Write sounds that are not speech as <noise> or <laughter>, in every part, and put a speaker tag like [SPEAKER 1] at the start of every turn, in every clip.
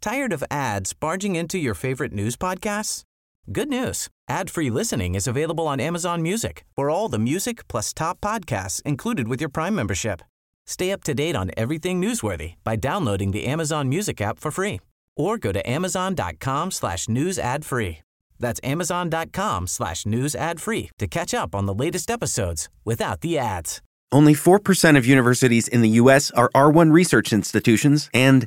[SPEAKER 1] Tired of ads barging into your favorite news podcasts? Good news. Ad-free listening is available on Amazon Music for all the music plus top podcasts included with your Prime membership. Stay up to date on everything newsworthy by downloading the Amazon Music app for free or go to amazon.com slash news ad free. That's amazon.com slash news ad free to catch up on the latest episodes without the ads.
[SPEAKER 2] Only 4% of universities in the U.S. are R1 research institutions, and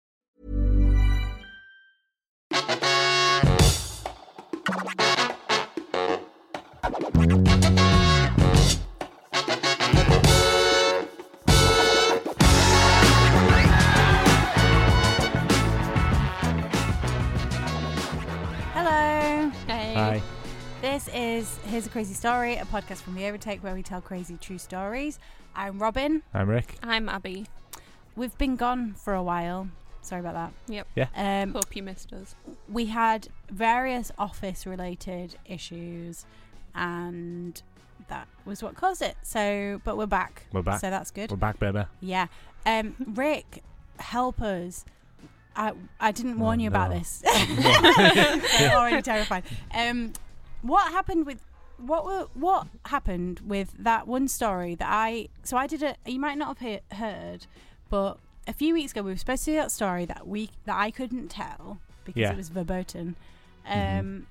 [SPEAKER 3] Hello.
[SPEAKER 4] Hey.
[SPEAKER 5] Hi.
[SPEAKER 3] This is Here's a Crazy Story, a podcast from The Overtake where we tell crazy true stories. I'm Robin.
[SPEAKER 5] I'm Rick.
[SPEAKER 4] I'm Abby.
[SPEAKER 3] We've been gone for a while. Sorry about
[SPEAKER 4] Yep.
[SPEAKER 5] Yeah.
[SPEAKER 3] that. Um,
[SPEAKER 4] Hope you missed us.
[SPEAKER 3] we had various office related issues and that was what caused it. So, but we're back.
[SPEAKER 5] We're back.
[SPEAKER 3] So that's good.
[SPEAKER 5] We're back, baby.
[SPEAKER 3] Yeah. Um, Rick, help us. I I didn't warn
[SPEAKER 5] Oh,
[SPEAKER 3] you about
[SPEAKER 5] no. <laughs>
[SPEAKER 3] this. <laughs> They're already terrified. Um, what happened with what were, what happened with that one story that I so I did a you might not have he- heard, but a few weeks ago we were supposed to do that story that week that I couldn't tell because
[SPEAKER 5] Yeah. Mm-hmm.
[SPEAKER 3] it was verboten. Um,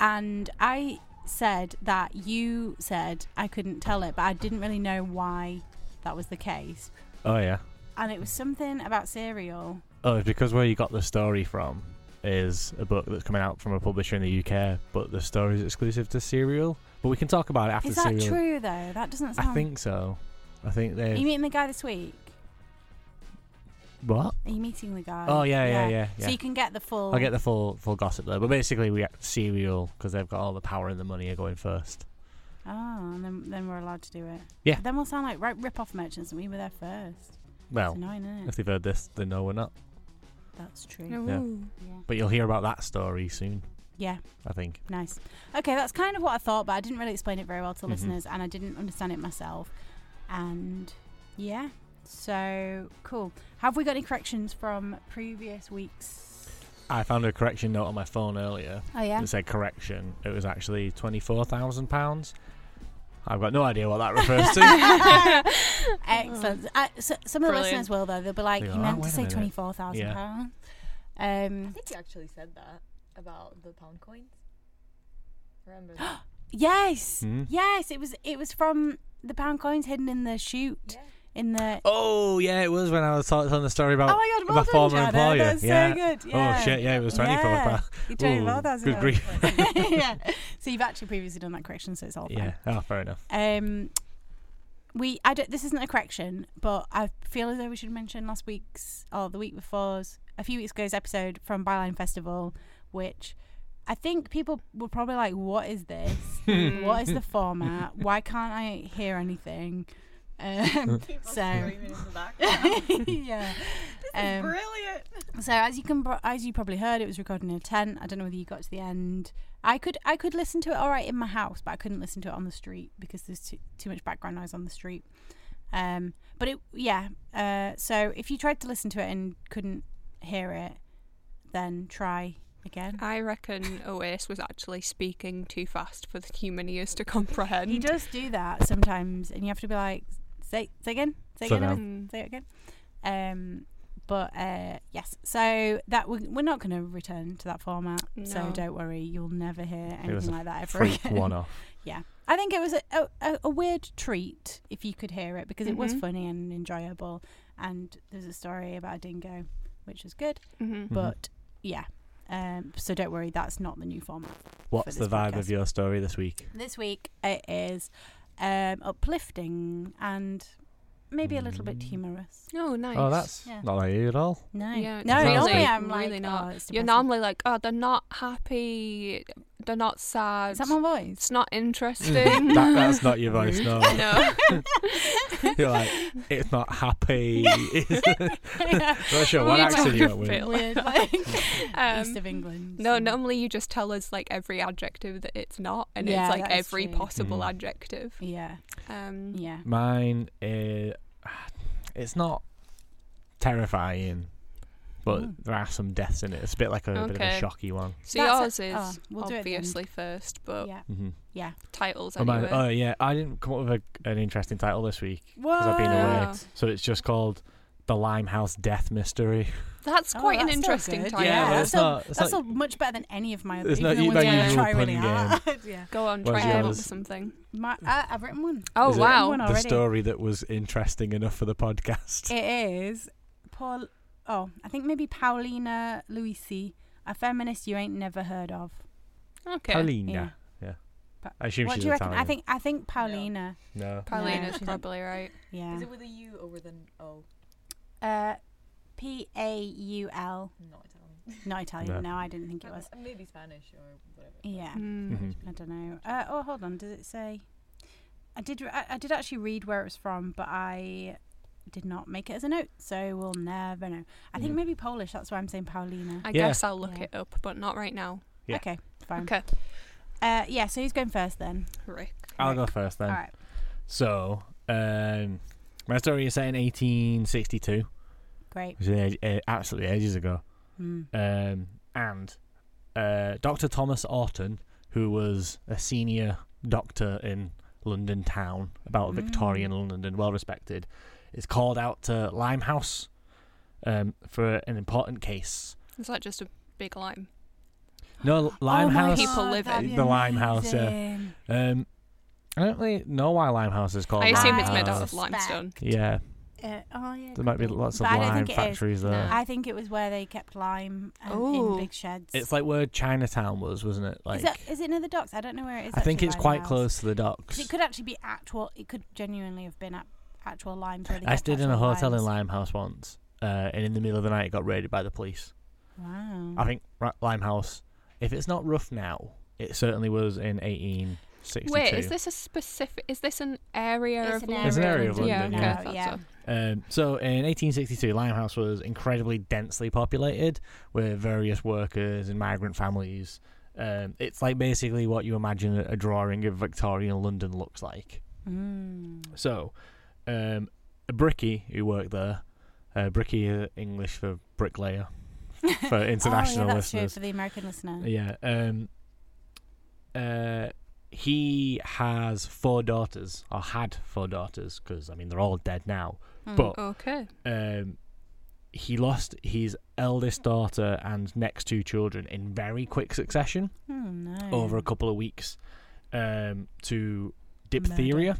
[SPEAKER 3] and I said that you said I couldn't tell it, but I didn't really know why that was the case.
[SPEAKER 5] Oh yeah.
[SPEAKER 3] And it was something about cereal.
[SPEAKER 5] Oh, it's because where you got the story from is a book that's coming out from a publisher in the UK, but the story is exclusive to Serial. But we can talk about it after
[SPEAKER 3] Is that
[SPEAKER 5] Serial.
[SPEAKER 3] true though? That doesn't sound.
[SPEAKER 5] I think so. I think they.
[SPEAKER 3] Are you meeting the guy this week?
[SPEAKER 5] what?
[SPEAKER 3] Are you meeting the guy?
[SPEAKER 5] Oh, yeah, yeah, yeah,
[SPEAKER 3] So
[SPEAKER 5] yeah.
[SPEAKER 3] you can get the full.
[SPEAKER 5] I'll get the full full gossip there. But basically, we got Serial because they've got all the power and the money are going first.
[SPEAKER 3] Oh, and then, then we're allowed to do it.
[SPEAKER 5] Yeah.
[SPEAKER 3] Then we'll sound like right rip-off merchants, and we were there first. It's
[SPEAKER 5] Well,
[SPEAKER 3] annoying, isn't
[SPEAKER 5] Oh. if
[SPEAKER 3] it?
[SPEAKER 5] they've heard this, they know we're not.
[SPEAKER 3] That's true. Yeah.
[SPEAKER 5] But you'll hear about that story soon,
[SPEAKER 3] Yeah.
[SPEAKER 5] I think.
[SPEAKER 3] Nice. Okay, that's kind of what I thought, but I didn't really explain it very well to
[SPEAKER 5] Mhm.
[SPEAKER 3] listeners, and I didn't understand it myself. And yeah, so cool. Have we got any corrections from previous weeks?
[SPEAKER 5] I found a correction note on my phone earlier.
[SPEAKER 3] Oh yeah.
[SPEAKER 5] It said correction. It was actually twenty four thousand pounds. I've got no idea what that
[SPEAKER 3] <laughs>
[SPEAKER 5] refers to.
[SPEAKER 3] <laughs> Excellent. Uh, so, some of the
[SPEAKER 4] Brilliant.
[SPEAKER 3] listeners will though. They'll be like,
[SPEAKER 5] They
[SPEAKER 3] "You
[SPEAKER 5] go, "Oh,
[SPEAKER 3] meant to
[SPEAKER 5] wait a
[SPEAKER 3] say
[SPEAKER 5] minute."
[SPEAKER 3] twenty four thousand pounds." Um.
[SPEAKER 6] I think you actually said that about the pound coins. Remember
[SPEAKER 3] <gasps>
[SPEAKER 6] that?
[SPEAKER 3] Yes.
[SPEAKER 5] Hmm?
[SPEAKER 3] Yes. It was. It was from the pound coins hidden in the chute. In
[SPEAKER 5] <laughs>
[SPEAKER 3] the. <laughs>
[SPEAKER 5] oh yeah, it was when I was tell- telling the story about
[SPEAKER 3] Oh my God, well
[SPEAKER 5] my
[SPEAKER 3] done,
[SPEAKER 5] former
[SPEAKER 3] Jana,
[SPEAKER 5] employer.
[SPEAKER 3] that's so
[SPEAKER 5] yeah.
[SPEAKER 3] good, yeah.
[SPEAKER 5] Oh shit, yeah, it was twenty four
[SPEAKER 3] Yeah. You
[SPEAKER 5] pounds.
[SPEAKER 3] twenty four thousand.
[SPEAKER 5] Good
[SPEAKER 3] <laughs>
[SPEAKER 5] grief.
[SPEAKER 3] yeah. So you've actually previously done that correction, so it's all fine.
[SPEAKER 5] yeah. Oh, fair enough.
[SPEAKER 3] Um, we I don't. This isn't a correction, but I feel as though we should mention last week's or the week before's a few weeks ago's episode from Byline Festival, which I think people were probably like, "What is this? what is the format? Why can't I hear anything?" Um, so <laughs> yeah. Um,
[SPEAKER 6] Brilliant.
[SPEAKER 3] so as you can, pro- as you probably heard, it was recorded in a tent. I don't know whether you got to the end. I could, I could listen to it all right in my house, but I couldn't listen to it on the street because there's too, too much background noise on the street. Um, but it, yeah. Uh, so if you tried to listen to it and couldn't hear it, then try again.
[SPEAKER 4] I reckon Oasis was actually speaking too fast for the human ears to comprehend.
[SPEAKER 3] He does do that sometimes, and you have to be like, say, say again, say
[SPEAKER 5] So
[SPEAKER 3] again,
[SPEAKER 5] now-
[SPEAKER 4] Mm-hmm.
[SPEAKER 3] Emma, say it again. Um, but uh, yes, so that we- we're not going to return to that format. So
[SPEAKER 4] No.
[SPEAKER 3] don't worry, you'll never hear
[SPEAKER 5] It was
[SPEAKER 3] anything
[SPEAKER 5] a
[SPEAKER 3] like that ever
[SPEAKER 5] Freak
[SPEAKER 3] again.
[SPEAKER 5] one off.
[SPEAKER 3] <laughs> Yeah, I think it was a, a- a, a weird treat if you could hear it because it was
[SPEAKER 4] Mhm.
[SPEAKER 3] funny and enjoyable. And there's a story about a dingo, which was good.
[SPEAKER 4] hmm
[SPEAKER 5] Mm-hmm.
[SPEAKER 3] But yeah, um, so don't worry, that's not the new format.
[SPEAKER 5] What's the
[SPEAKER 3] this
[SPEAKER 5] vibe
[SPEAKER 3] podcast.
[SPEAKER 5] of your story this week?
[SPEAKER 3] This week it is um, uplifting and maybe a little
[SPEAKER 4] Mm.
[SPEAKER 3] bit humorous.
[SPEAKER 4] Oh, nice.
[SPEAKER 5] Oh, that's
[SPEAKER 3] Yeah.
[SPEAKER 5] not like you
[SPEAKER 3] <laughs>
[SPEAKER 5] at all.
[SPEAKER 3] No,
[SPEAKER 4] Yeah,
[SPEAKER 3] no,
[SPEAKER 5] it's
[SPEAKER 3] normally
[SPEAKER 5] really-
[SPEAKER 3] I'm like,
[SPEAKER 4] really not.
[SPEAKER 3] Oh, it's
[SPEAKER 4] You're
[SPEAKER 3] depressing."
[SPEAKER 4] normally like, oh, they're not happy. They're not sad.
[SPEAKER 3] Is that my voice? <laughs>
[SPEAKER 4] <laughs> it's not interesting.
[SPEAKER 5] <laughs>
[SPEAKER 4] <laughs>
[SPEAKER 5] Mm. that, that's not your voice, no. <laughs>
[SPEAKER 4] no.
[SPEAKER 5] You're like, it's not
[SPEAKER 3] <laughs>
[SPEAKER 5] happy. <laughs> not sure
[SPEAKER 4] What
[SPEAKER 5] what
[SPEAKER 4] are you
[SPEAKER 5] accent
[SPEAKER 4] talking
[SPEAKER 5] you're with.
[SPEAKER 4] about?
[SPEAKER 3] Weird, like east
[SPEAKER 4] <laughs> Um,
[SPEAKER 3] of England.
[SPEAKER 4] no,
[SPEAKER 3] so-
[SPEAKER 4] normally you just tell us like every adjective that it's not, and
[SPEAKER 3] Yeah,
[SPEAKER 4] it's like
[SPEAKER 3] that's
[SPEAKER 4] every
[SPEAKER 3] true.
[SPEAKER 4] possible
[SPEAKER 5] Mm.
[SPEAKER 4] adjective.
[SPEAKER 3] Yeah,
[SPEAKER 4] Um,
[SPEAKER 3] yeah.
[SPEAKER 5] Mine, uh, it's not terrifying, but
[SPEAKER 3] Mm.
[SPEAKER 5] there are some deaths in it. It's a bit like a, bit of a
[SPEAKER 4] Hmm. Okay.
[SPEAKER 5] shocky one.
[SPEAKER 4] So
[SPEAKER 3] That's
[SPEAKER 4] yours
[SPEAKER 3] it.
[SPEAKER 4] is
[SPEAKER 3] Oh, we'll do it at the end.
[SPEAKER 4] obviously first, but
[SPEAKER 3] yeah.
[SPEAKER 5] Mm-hmm.
[SPEAKER 4] titles
[SPEAKER 5] Oh,
[SPEAKER 4] anyway.
[SPEAKER 5] mine- oh, yeah, I didn't come up with a, an interesting title this week because I've been
[SPEAKER 3] Oh,
[SPEAKER 5] away.
[SPEAKER 4] Wow.
[SPEAKER 5] So it's just called the Limehouse Death Mystery.
[SPEAKER 4] That's
[SPEAKER 3] Oh,
[SPEAKER 4] quite an
[SPEAKER 3] that's still
[SPEAKER 4] interesting
[SPEAKER 3] good.
[SPEAKER 4] title.
[SPEAKER 5] Yeah, but
[SPEAKER 3] that's
[SPEAKER 5] it's
[SPEAKER 3] still,
[SPEAKER 5] not- it's
[SPEAKER 3] that's
[SPEAKER 5] not-
[SPEAKER 3] still much better than any of my.
[SPEAKER 5] It's
[SPEAKER 3] even
[SPEAKER 5] not
[SPEAKER 3] the
[SPEAKER 5] you-
[SPEAKER 3] ones
[SPEAKER 5] like
[SPEAKER 3] where I
[SPEAKER 5] you
[SPEAKER 3] try
[SPEAKER 5] open
[SPEAKER 3] really
[SPEAKER 5] game.
[SPEAKER 3] hard. <laughs> yeah,
[SPEAKER 4] Go on,
[SPEAKER 5] Whereas
[SPEAKER 4] try and come up
[SPEAKER 5] yours-
[SPEAKER 4] with something.
[SPEAKER 3] my, I, I've written one.
[SPEAKER 4] Oh
[SPEAKER 5] <laughs> Is it-
[SPEAKER 4] wow!
[SPEAKER 3] One
[SPEAKER 5] The
[SPEAKER 3] already.
[SPEAKER 5] story that was interesting enough for the podcast.
[SPEAKER 3] It is Paul. Oh, I think maybe Paulina Luisi, a feminist you ain't never heard of.
[SPEAKER 4] Okay.
[SPEAKER 3] Yeah.
[SPEAKER 5] Paulina.
[SPEAKER 3] But
[SPEAKER 5] I assume
[SPEAKER 3] what
[SPEAKER 5] she's
[SPEAKER 3] do you reckon?
[SPEAKER 5] Italian.
[SPEAKER 3] I think I think Paulina.
[SPEAKER 5] no.
[SPEAKER 3] Yeah,
[SPEAKER 4] Paulina's
[SPEAKER 3] she's a-
[SPEAKER 4] probably right.
[SPEAKER 3] Yeah.
[SPEAKER 6] Is it with a U or with an O?
[SPEAKER 3] Uh, P A U L.
[SPEAKER 6] Not Italian.
[SPEAKER 3] Not Italian.
[SPEAKER 5] No.
[SPEAKER 3] No, I didn't think it was.
[SPEAKER 6] Uh, Maybe Spanish or whatever.
[SPEAKER 3] Yeah.
[SPEAKER 4] Mm.
[SPEAKER 5] Mhm.
[SPEAKER 3] I don't know. Uh, oh, hold on. Does it say? I did. re- I, I did actually read where it was from, but I did not make it as a note, so we'll never know. I think
[SPEAKER 5] Mhm.
[SPEAKER 3] maybe Polish. That's why I'm saying Paulina.
[SPEAKER 4] I
[SPEAKER 5] Yeah.
[SPEAKER 4] guess I'll look
[SPEAKER 3] Yeah.
[SPEAKER 4] it up, but not right now.
[SPEAKER 5] Yeah.
[SPEAKER 3] Okay, fine.
[SPEAKER 4] Okay.
[SPEAKER 3] Uh, yeah. So who's going first then?
[SPEAKER 4] Rick.
[SPEAKER 5] I'll go first then.
[SPEAKER 3] All right.
[SPEAKER 5] So, um, my story is set in 1862,
[SPEAKER 3] Great.
[SPEAKER 5] which is a- a- eh, absolutely ages ago.
[SPEAKER 4] Hmm.
[SPEAKER 3] Mm.
[SPEAKER 5] Um, and uh, Dr. Thomas Orton, who was a senior doctor in London town, about
[SPEAKER 4] Hmm.
[SPEAKER 3] Mm.
[SPEAKER 5] Victorian London and well respected, is called out to Limehouse um, for an important case.
[SPEAKER 4] Is that just a big lime? <gasps>
[SPEAKER 5] No,
[SPEAKER 3] Oh
[SPEAKER 5] Limehouse.
[SPEAKER 4] God. Oh, People live
[SPEAKER 3] that'd
[SPEAKER 5] in
[SPEAKER 3] be
[SPEAKER 5] the Limehouse, yeah.
[SPEAKER 3] amazing.
[SPEAKER 5] Um, I don't really know why Limehouse is called
[SPEAKER 4] I assume it's made out
[SPEAKER 5] Limehouse.
[SPEAKER 3] Limehouse.
[SPEAKER 4] of limestone.
[SPEAKER 5] Yeah,
[SPEAKER 3] Uh, oh yeah.
[SPEAKER 5] there might be
[SPEAKER 3] could
[SPEAKER 5] lots of
[SPEAKER 3] But I don't
[SPEAKER 5] lime
[SPEAKER 3] think it is.
[SPEAKER 5] factories there.
[SPEAKER 3] I think it was where they kept lime and, in
[SPEAKER 4] Ooh.
[SPEAKER 3] big sheds.
[SPEAKER 5] It's like where Chinatown was, wasn't it? Like
[SPEAKER 3] is, that, is it near the docks? I don't know where it is.
[SPEAKER 5] I think
[SPEAKER 3] actually,
[SPEAKER 5] it's quite
[SPEAKER 3] Limehouse.
[SPEAKER 5] close to the
[SPEAKER 3] 'Cause
[SPEAKER 5] docks.
[SPEAKER 3] it could actually be actual. It could genuinely have been at actual limes. Where they
[SPEAKER 5] I
[SPEAKER 3] kept
[SPEAKER 5] stayed in a
[SPEAKER 3] actual
[SPEAKER 5] hotel in
[SPEAKER 3] limes.
[SPEAKER 5] Limehouse once, uh, and in the middle of the night, it got raided by the police.
[SPEAKER 3] Wow.
[SPEAKER 5] I think Ri- Limehouse, if it's not rough now, it certainly was in 1862.
[SPEAKER 4] Wait, is this a specific? Is this an area
[SPEAKER 3] It's
[SPEAKER 4] of
[SPEAKER 3] an
[SPEAKER 4] London?
[SPEAKER 5] It's an area of
[SPEAKER 4] Yeah,
[SPEAKER 5] London,
[SPEAKER 4] okay,
[SPEAKER 5] yeah.
[SPEAKER 4] I thought
[SPEAKER 3] Yeah.
[SPEAKER 4] so.
[SPEAKER 5] Um, so in 1862, Limehouse was incredibly densely populated with various workers and migrant families. Um, it's like basically what you imagine a a drawing of Victorian London looks like.
[SPEAKER 3] Mm.
[SPEAKER 5] So, um, Bricky, who worked there, uh, Bricky is English for
[SPEAKER 3] <laughs>
[SPEAKER 5] bricklayer for international
[SPEAKER 3] oh, yeah, that's true
[SPEAKER 5] listeners.
[SPEAKER 3] for the American listener.
[SPEAKER 5] Yeah. Um, uh, he has four daughters, or had four daughters, because I mean they're all dead now.
[SPEAKER 3] Hmm.
[SPEAKER 5] But
[SPEAKER 4] Oh. Okay.
[SPEAKER 5] um, he lost his eldest daughter and next two children in very quick succession
[SPEAKER 3] Oh, no.
[SPEAKER 5] over a couple of weeks um, to diphtheria.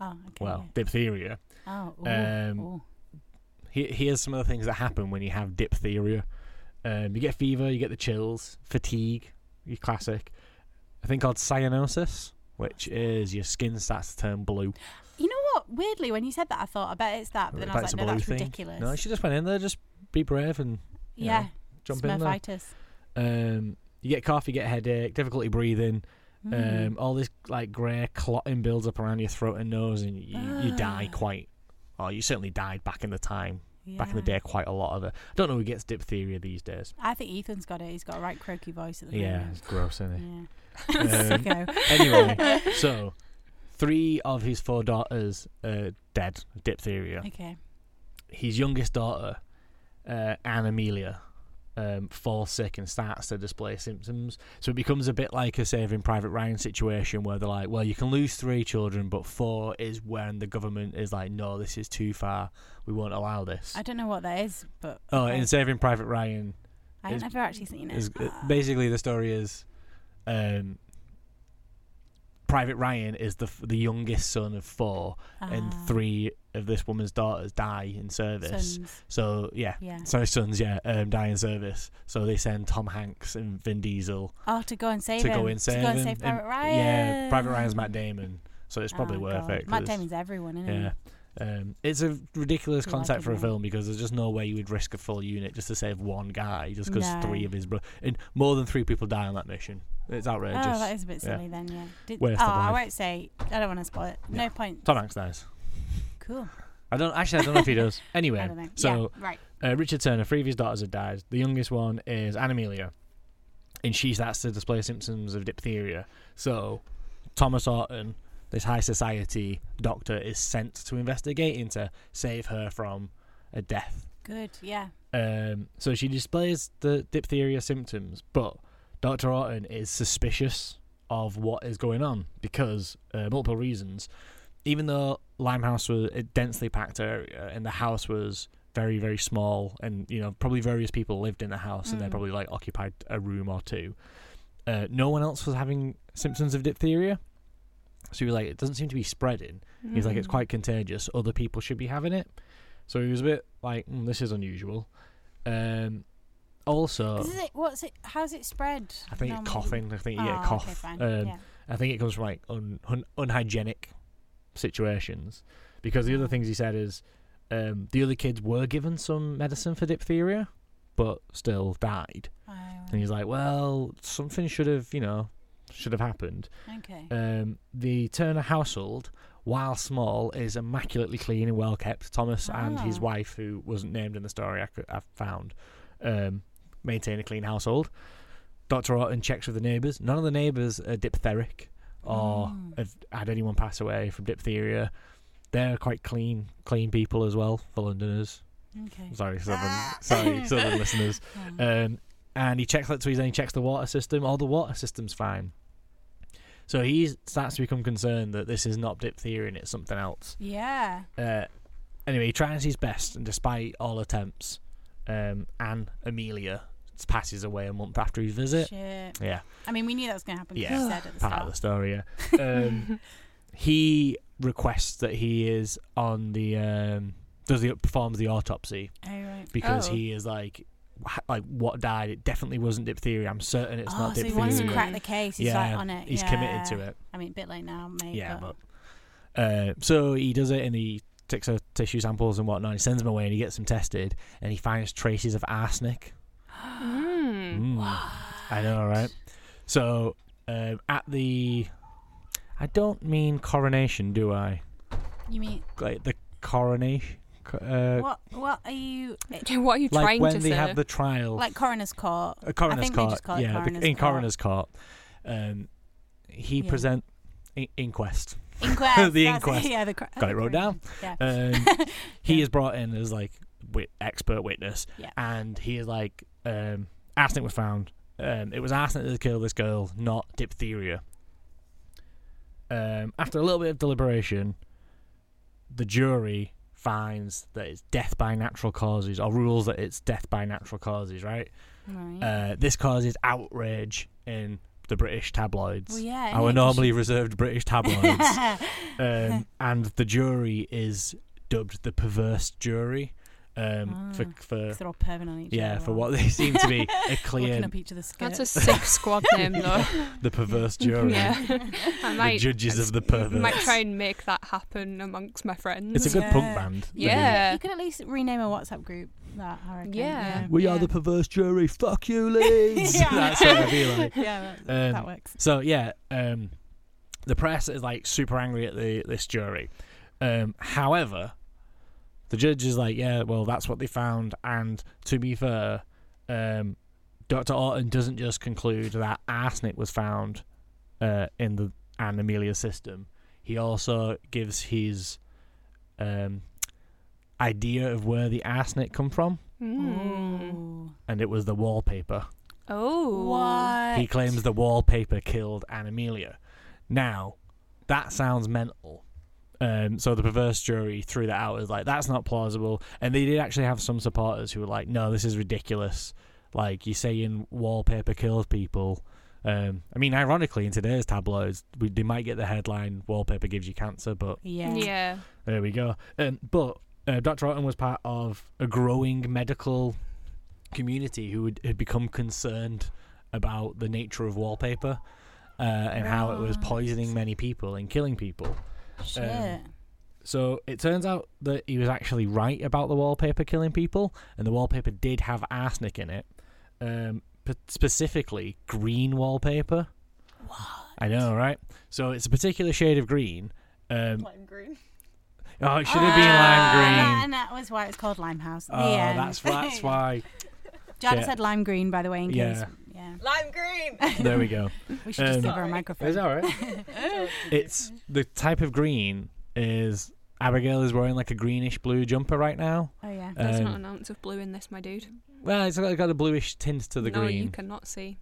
[SPEAKER 3] Oh, okay.
[SPEAKER 5] Well, diphtheria.
[SPEAKER 3] yeah. oh, ooh,
[SPEAKER 5] um,
[SPEAKER 3] ooh.
[SPEAKER 5] Here, here's some of the things that happen when you have diphtheria. Um, you get fever, you get the chills, fatigue, your classic. A thing called cyanosis, which is your skin starts to turn blue.
[SPEAKER 3] You know what? Weirdly, when you said that, I thought I bet it's that, but then I was
[SPEAKER 5] That's
[SPEAKER 3] like,
[SPEAKER 5] a
[SPEAKER 3] no,
[SPEAKER 5] blue
[SPEAKER 3] that's
[SPEAKER 5] thing.
[SPEAKER 3] ridiculous.
[SPEAKER 5] No, she just went in there, just be brave and you
[SPEAKER 3] yeah,
[SPEAKER 5] know, jump in there.
[SPEAKER 3] Smurfitis.
[SPEAKER 5] Um, you get cough, you get headache, difficulty breathing,
[SPEAKER 3] Mm.
[SPEAKER 5] um, all this like grey clotting builds up around your throat and nose, and you, you die
[SPEAKER 3] Ah.
[SPEAKER 5] quite. Or you certainly died back in the time, back in the
[SPEAKER 3] Yeah.
[SPEAKER 5] day, quite a lot of it. I don't know who gets diphtheria these days.
[SPEAKER 3] I think Ethan's got it. He's got a right croaky voice at the
[SPEAKER 5] Yeah,
[SPEAKER 3] moment.
[SPEAKER 5] it's gross, isn't it?
[SPEAKER 3] Yeah.
[SPEAKER 5] Um,
[SPEAKER 3] Sicko.
[SPEAKER 5] <laughs>
[SPEAKER 3] <laughs>
[SPEAKER 5] anyway, so three of his four daughters are dead of diphtheria.
[SPEAKER 3] Okay.
[SPEAKER 5] His youngest daughter, uh, Anne Amelia, um, falls sick and starts to display symptoms. So it becomes a bit like a Saving Private Ryan situation where they're like, well, you can lose three children, but four is when the government is like, no, this is too far. We won't allow this.
[SPEAKER 3] I don't know what that is, but
[SPEAKER 5] Oh,
[SPEAKER 3] okay.
[SPEAKER 5] in Saving Private Ryan,
[SPEAKER 3] I have
[SPEAKER 5] is-
[SPEAKER 3] never actually seen it.
[SPEAKER 5] is uh,
[SPEAKER 3] Ah.
[SPEAKER 5] basically the story is um, Private Ryan is the f- the youngest son of four, and
[SPEAKER 3] Ah.
[SPEAKER 5] three of this woman's daughters die in service.
[SPEAKER 3] Sons.
[SPEAKER 5] So yeah,
[SPEAKER 3] Yeah.
[SPEAKER 5] sorry, sons, yeah, um, die in service. So they send Tom Hanks and Vin Diesel
[SPEAKER 3] Oh, to go and save
[SPEAKER 5] to
[SPEAKER 3] him.
[SPEAKER 5] go and save
[SPEAKER 3] to go
[SPEAKER 5] him.
[SPEAKER 3] and save
[SPEAKER 5] and-
[SPEAKER 3] Private Ryan.
[SPEAKER 5] Yeah, Private Ryan's Matt Damon, so it's probably
[SPEAKER 3] Oh,
[SPEAKER 5] worth
[SPEAKER 3] God.
[SPEAKER 5] it. 'cause
[SPEAKER 3] Matt
[SPEAKER 5] it's-
[SPEAKER 3] Damon's everyone, isn't
[SPEAKER 5] Yeah. Um, it's a ridiculous
[SPEAKER 3] I like
[SPEAKER 5] concept
[SPEAKER 3] it
[SPEAKER 5] for a
[SPEAKER 3] now.
[SPEAKER 5] film because there's just no way you would risk a full unit just to save one guy just because
[SPEAKER 3] No.
[SPEAKER 5] three of his bro and more than three people die on that mission. It's
[SPEAKER 3] Oh,
[SPEAKER 5] outrageous.
[SPEAKER 3] that is a bit
[SPEAKER 5] yeah.
[SPEAKER 3] silly then, yeah. Did, oh,
[SPEAKER 5] Waste of
[SPEAKER 3] I
[SPEAKER 5] life.
[SPEAKER 3] won't say. I don't want to spoil it. No point.
[SPEAKER 5] Tom Hanks dies.
[SPEAKER 3] Cool.
[SPEAKER 5] I don't actually. I don't know if
[SPEAKER 3] <laughs>
[SPEAKER 5] he does. Anyway,
[SPEAKER 3] I don't know.
[SPEAKER 5] so
[SPEAKER 3] yeah, right.
[SPEAKER 5] uh, Richard Turner, three of his daughters have died. The youngest one is Animelia, and she starts to display symptoms of diphtheria. So, Thomas Orton, this high society doctor, is sent to investigate and to save her from a death.
[SPEAKER 3] Good. Yeah.
[SPEAKER 5] Um, so she displays the diphtheria symptoms, but Dr. Orton is suspicious of what is going on because uh, multiple reasons. Even though Limehouse was a densely packed area and the house was very, very small, and you know, probably various people lived in the house and they
[SPEAKER 3] Mm.
[SPEAKER 5] probably like occupied a room or two, uh, no one else was having symptoms of diphtheria. So he was like, it doesn't seem to be spreading. He's
[SPEAKER 3] Mm.
[SPEAKER 5] like, it's quite contagious. Other people should be having it. So he was a bit like, mm, this is unusual. Um, also,
[SPEAKER 3] Is it, what's it? How's it spread?
[SPEAKER 5] Uh, I think it
[SPEAKER 3] Normally-
[SPEAKER 5] coughing. I think yeah,
[SPEAKER 3] Oh,
[SPEAKER 5] cough.
[SPEAKER 3] Okay, fine.
[SPEAKER 5] Um,
[SPEAKER 3] yeah.
[SPEAKER 5] I think it comes from like un, un, unhygienic situations because the other things he said is um, the other kids were given some medicine for diphtheria, but still died.
[SPEAKER 3] Oh,
[SPEAKER 5] And he's like, well, something should have, you know, should have happened.
[SPEAKER 3] okay.
[SPEAKER 5] Um, the Turner household, while small, is immaculately clean and well kept. Thomas and his
[SPEAKER 3] Ah.
[SPEAKER 5] wife, who wasn't named in the story I, cou- I found, um, maintain a clean household. Dr. Orton checks with the neighbours. None of the neighbours are diphtheric or
[SPEAKER 3] Mm.
[SPEAKER 5] have had anyone pass away from diphtheria. They're quite clean, clean people as well for Londoners.
[SPEAKER 3] okay.
[SPEAKER 5] Sorry, southern, sorry, southern listeners. Um, and he checks that tweets and he checks the water system. All the water system's fine. So he starts to become concerned that this is not diphtheria and it's something else.
[SPEAKER 3] yeah.
[SPEAKER 5] Uh, anyway, he tries his best, and despite all attempts, um, Anne Amelia passes away a month after his visit.
[SPEAKER 3] Shit.
[SPEAKER 5] Yeah,
[SPEAKER 3] I mean, we knew that was going to happen. 'cause
[SPEAKER 5] Yeah.
[SPEAKER 3] you said at the
[SPEAKER 5] part of
[SPEAKER 3] start.
[SPEAKER 5] the story. Yeah. Um, he requests that he is on the um, does the performs the autopsy
[SPEAKER 3] Oh, right.
[SPEAKER 5] because
[SPEAKER 4] Oh.
[SPEAKER 5] he is like wh- like what died it definitely wasn't diphtheria i'm certain it's
[SPEAKER 3] oh,
[SPEAKER 5] not
[SPEAKER 3] so
[SPEAKER 5] diphtheria
[SPEAKER 3] he wants to
[SPEAKER 4] theory.
[SPEAKER 3] crack the case. He's like on it.
[SPEAKER 5] he's committed to
[SPEAKER 3] yeah.
[SPEAKER 5] it
[SPEAKER 3] I mean, a bit late now, mate.
[SPEAKER 5] yeah
[SPEAKER 3] but,
[SPEAKER 5] but uh, so he does it and he takes her tissue samples and whatnot he sends them away and he gets them tested and he finds traces of arsenic
[SPEAKER 4] Mm.
[SPEAKER 5] Mm. i know right so um, at the i don't mean coronation do i
[SPEAKER 3] you mean
[SPEAKER 5] like the coronation co- uh,
[SPEAKER 3] what? What are you? it-
[SPEAKER 4] <laughs> What are you
[SPEAKER 5] like
[SPEAKER 4] trying
[SPEAKER 5] when
[SPEAKER 4] to
[SPEAKER 5] they
[SPEAKER 4] say?
[SPEAKER 5] have the trial
[SPEAKER 3] Like coroner's court.
[SPEAKER 5] a coroner's
[SPEAKER 3] I think
[SPEAKER 5] court.
[SPEAKER 3] They just call it
[SPEAKER 5] yeah, the-
[SPEAKER 3] coroner's
[SPEAKER 5] in
[SPEAKER 3] court.
[SPEAKER 5] coroner's court. Um, he
[SPEAKER 3] Yeah.
[SPEAKER 5] present in- inquest.
[SPEAKER 3] <laughs> Inquest.
[SPEAKER 5] <laughs> The
[SPEAKER 3] that's it,
[SPEAKER 5] inquest.
[SPEAKER 3] Yeah, the cor-
[SPEAKER 5] Got it wrote down.
[SPEAKER 3] <laughs> Yeah.
[SPEAKER 5] Um,
[SPEAKER 3] <laughs>
[SPEAKER 5] he is brought in as like wit- expert witness,
[SPEAKER 3] Yeah.
[SPEAKER 5] and he is like um, arsenic was found. Um, it was arsenic that killed this girl, not diphtheria. Um, after a little bit of deliberation, the jury finds that it's death by natural causes, or rules that it's death by natural causes, right?
[SPEAKER 3] Right.
[SPEAKER 4] Mm.
[SPEAKER 5] Uh, this causes outrage in the British tabloids.
[SPEAKER 3] well, yeah.
[SPEAKER 5] our
[SPEAKER 3] innit?
[SPEAKER 5] normally reserved British tabloids.
[SPEAKER 4] <laughs>
[SPEAKER 5] um, and the jury is dubbed the perverse jury um, for,
[SPEAKER 3] Ah.
[SPEAKER 5] for
[SPEAKER 3] 'Cause They're all perving on each other.
[SPEAKER 5] yeah for
[SPEAKER 3] aren't
[SPEAKER 5] what
[SPEAKER 3] they?
[SPEAKER 5] they seem
[SPEAKER 4] <laughs>
[SPEAKER 5] to be a clear
[SPEAKER 3] Looking up each other's skirts.
[SPEAKER 4] That's
[SPEAKER 5] <laughs>
[SPEAKER 4] a sick squad name, though.
[SPEAKER 5] the perverse
[SPEAKER 4] <laughs>
[SPEAKER 5] jury.
[SPEAKER 4] yeah. I
[SPEAKER 5] The
[SPEAKER 4] might,
[SPEAKER 5] judges of the
[SPEAKER 4] <laughs>
[SPEAKER 5] perverse.
[SPEAKER 4] might try and make that happen amongst my friends.
[SPEAKER 5] it's a good
[SPEAKER 3] Yeah.
[SPEAKER 5] punk band. the
[SPEAKER 4] Yeah.
[SPEAKER 3] You could at least rename a WhatsApp group that. I reckon.
[SPEAKER 4] Yeah.
[SPEAKER 5] Who. We are
[SPEAKER 4] Yeah.
[SPEAKER 5] the perverse jury. Fuck
[SPEAKER 4] <laughs>
[SPEAKER 5] you, Leeds.
[SPEAKER 3] Yeah.
[SPEAKER 5] That's what it'd be
[SPEAKER 3] <laughs>
[SPEAKER 5] like.
[SPEAKER 3] Yeah, that,
[SPEAKER 5] Um,
[SPEAKER 3] that works.
[SPEAKER 5] So yeah, um, the press is like super angry at the this jury. Um, however, the judge is like, yeah, well, that's what they found, and to be fair, um, Doctor Orton doesn't just conclude that arsenic was found uh, in the Anne Amelia system. He also gives his um, idea of where the arsenic come from,
[SPEAKER 4] Mm.
[SPEAKER 3] Ooh.
[SPEAKER 5] and it was the wallpaper.
[SPEAKER 4] Oh.
[SPEAKER 3] What?
[SPEAKER 5] He claims the wallpaper killed Anne Amelia. Now, that sounds mental. Um, so the perverse jury threw that out as like that's not plausible, and they did actually have some supporters who were like, "No, this is ridiculous. Like you're saying wallpaper kills people." Um, I mean, ironically, in today's tabloids, we, they might get the headline "Wallpaper gives you cancer," but
[SPEAKER 3] Yeah.
[SPEAKER 4] Yeah.
[SPEAKER 5] there we go. Um, but uh, Dr. Orton was part of a growing medical community who had, had become concerned about the nature of wallpaper uh, and how it was
[SPEAKER 3] Right.
[SPEAKER 5] poisoning many people and killing people.
[SPEAKER 3] Shit.
[SPEAKER 5] So it turns out that he was actually right about the wallpaper killing people, and the wallpaper did have arsenic in it, um, p- specifically green wallpaper. What? I know, right? So it's a particular shade of green. Um,
[SPEAKER 6] Lime green.
[SPEAKER 5] oh, it should have been
[SPEAKER 3] Ah,
[SPEAKER 5] lime green.
[SPEAKER 3] And that was why it was called Limehouse.
[SPEAKER 5] Oh,
[SPEAKER 3] the end. <laughs>
[SPEAKER 5] that's that's why.
[SPEAKER 3] Jada
[SPEAKER 5] shit.
[SPEAKER 3] said lime green, by the way, in
[SPEAKER 5] Yeah.
[SPEAKER 3] case. Yeah.
[SPEAKER 6] <laughs>
[SPEAKER 3] <laughs>
[SPEAKER 6] Lime green.
[SPEAKER 5] There we go.
[SPEAKER 3] We should just
[SPEAKER 5] Um,
[SPEAKER 3] give her a
[SPEAKER 6] Sorry.
[SPEAKER 3] microphone.
[SPEAKER 5] It's all right.
[SPEAKER 3] <laughs>
[SPEAKER 5] it's the type of green is Abigail is wearing like a greenish blue jumper right now.
[SPEAKER 3] Oh, yeah.
[SPEAKER 4] There's
[SPEAKER 5] Um,
[SPEAKER 4] not an ounce of blue in this, my dude.
[SPEAKER 5] Well, it's got got a bluish tint to the
[SPEAKER 4] no,
[SPEAKER 5] green.
[SPEAKER 4] you cannot see.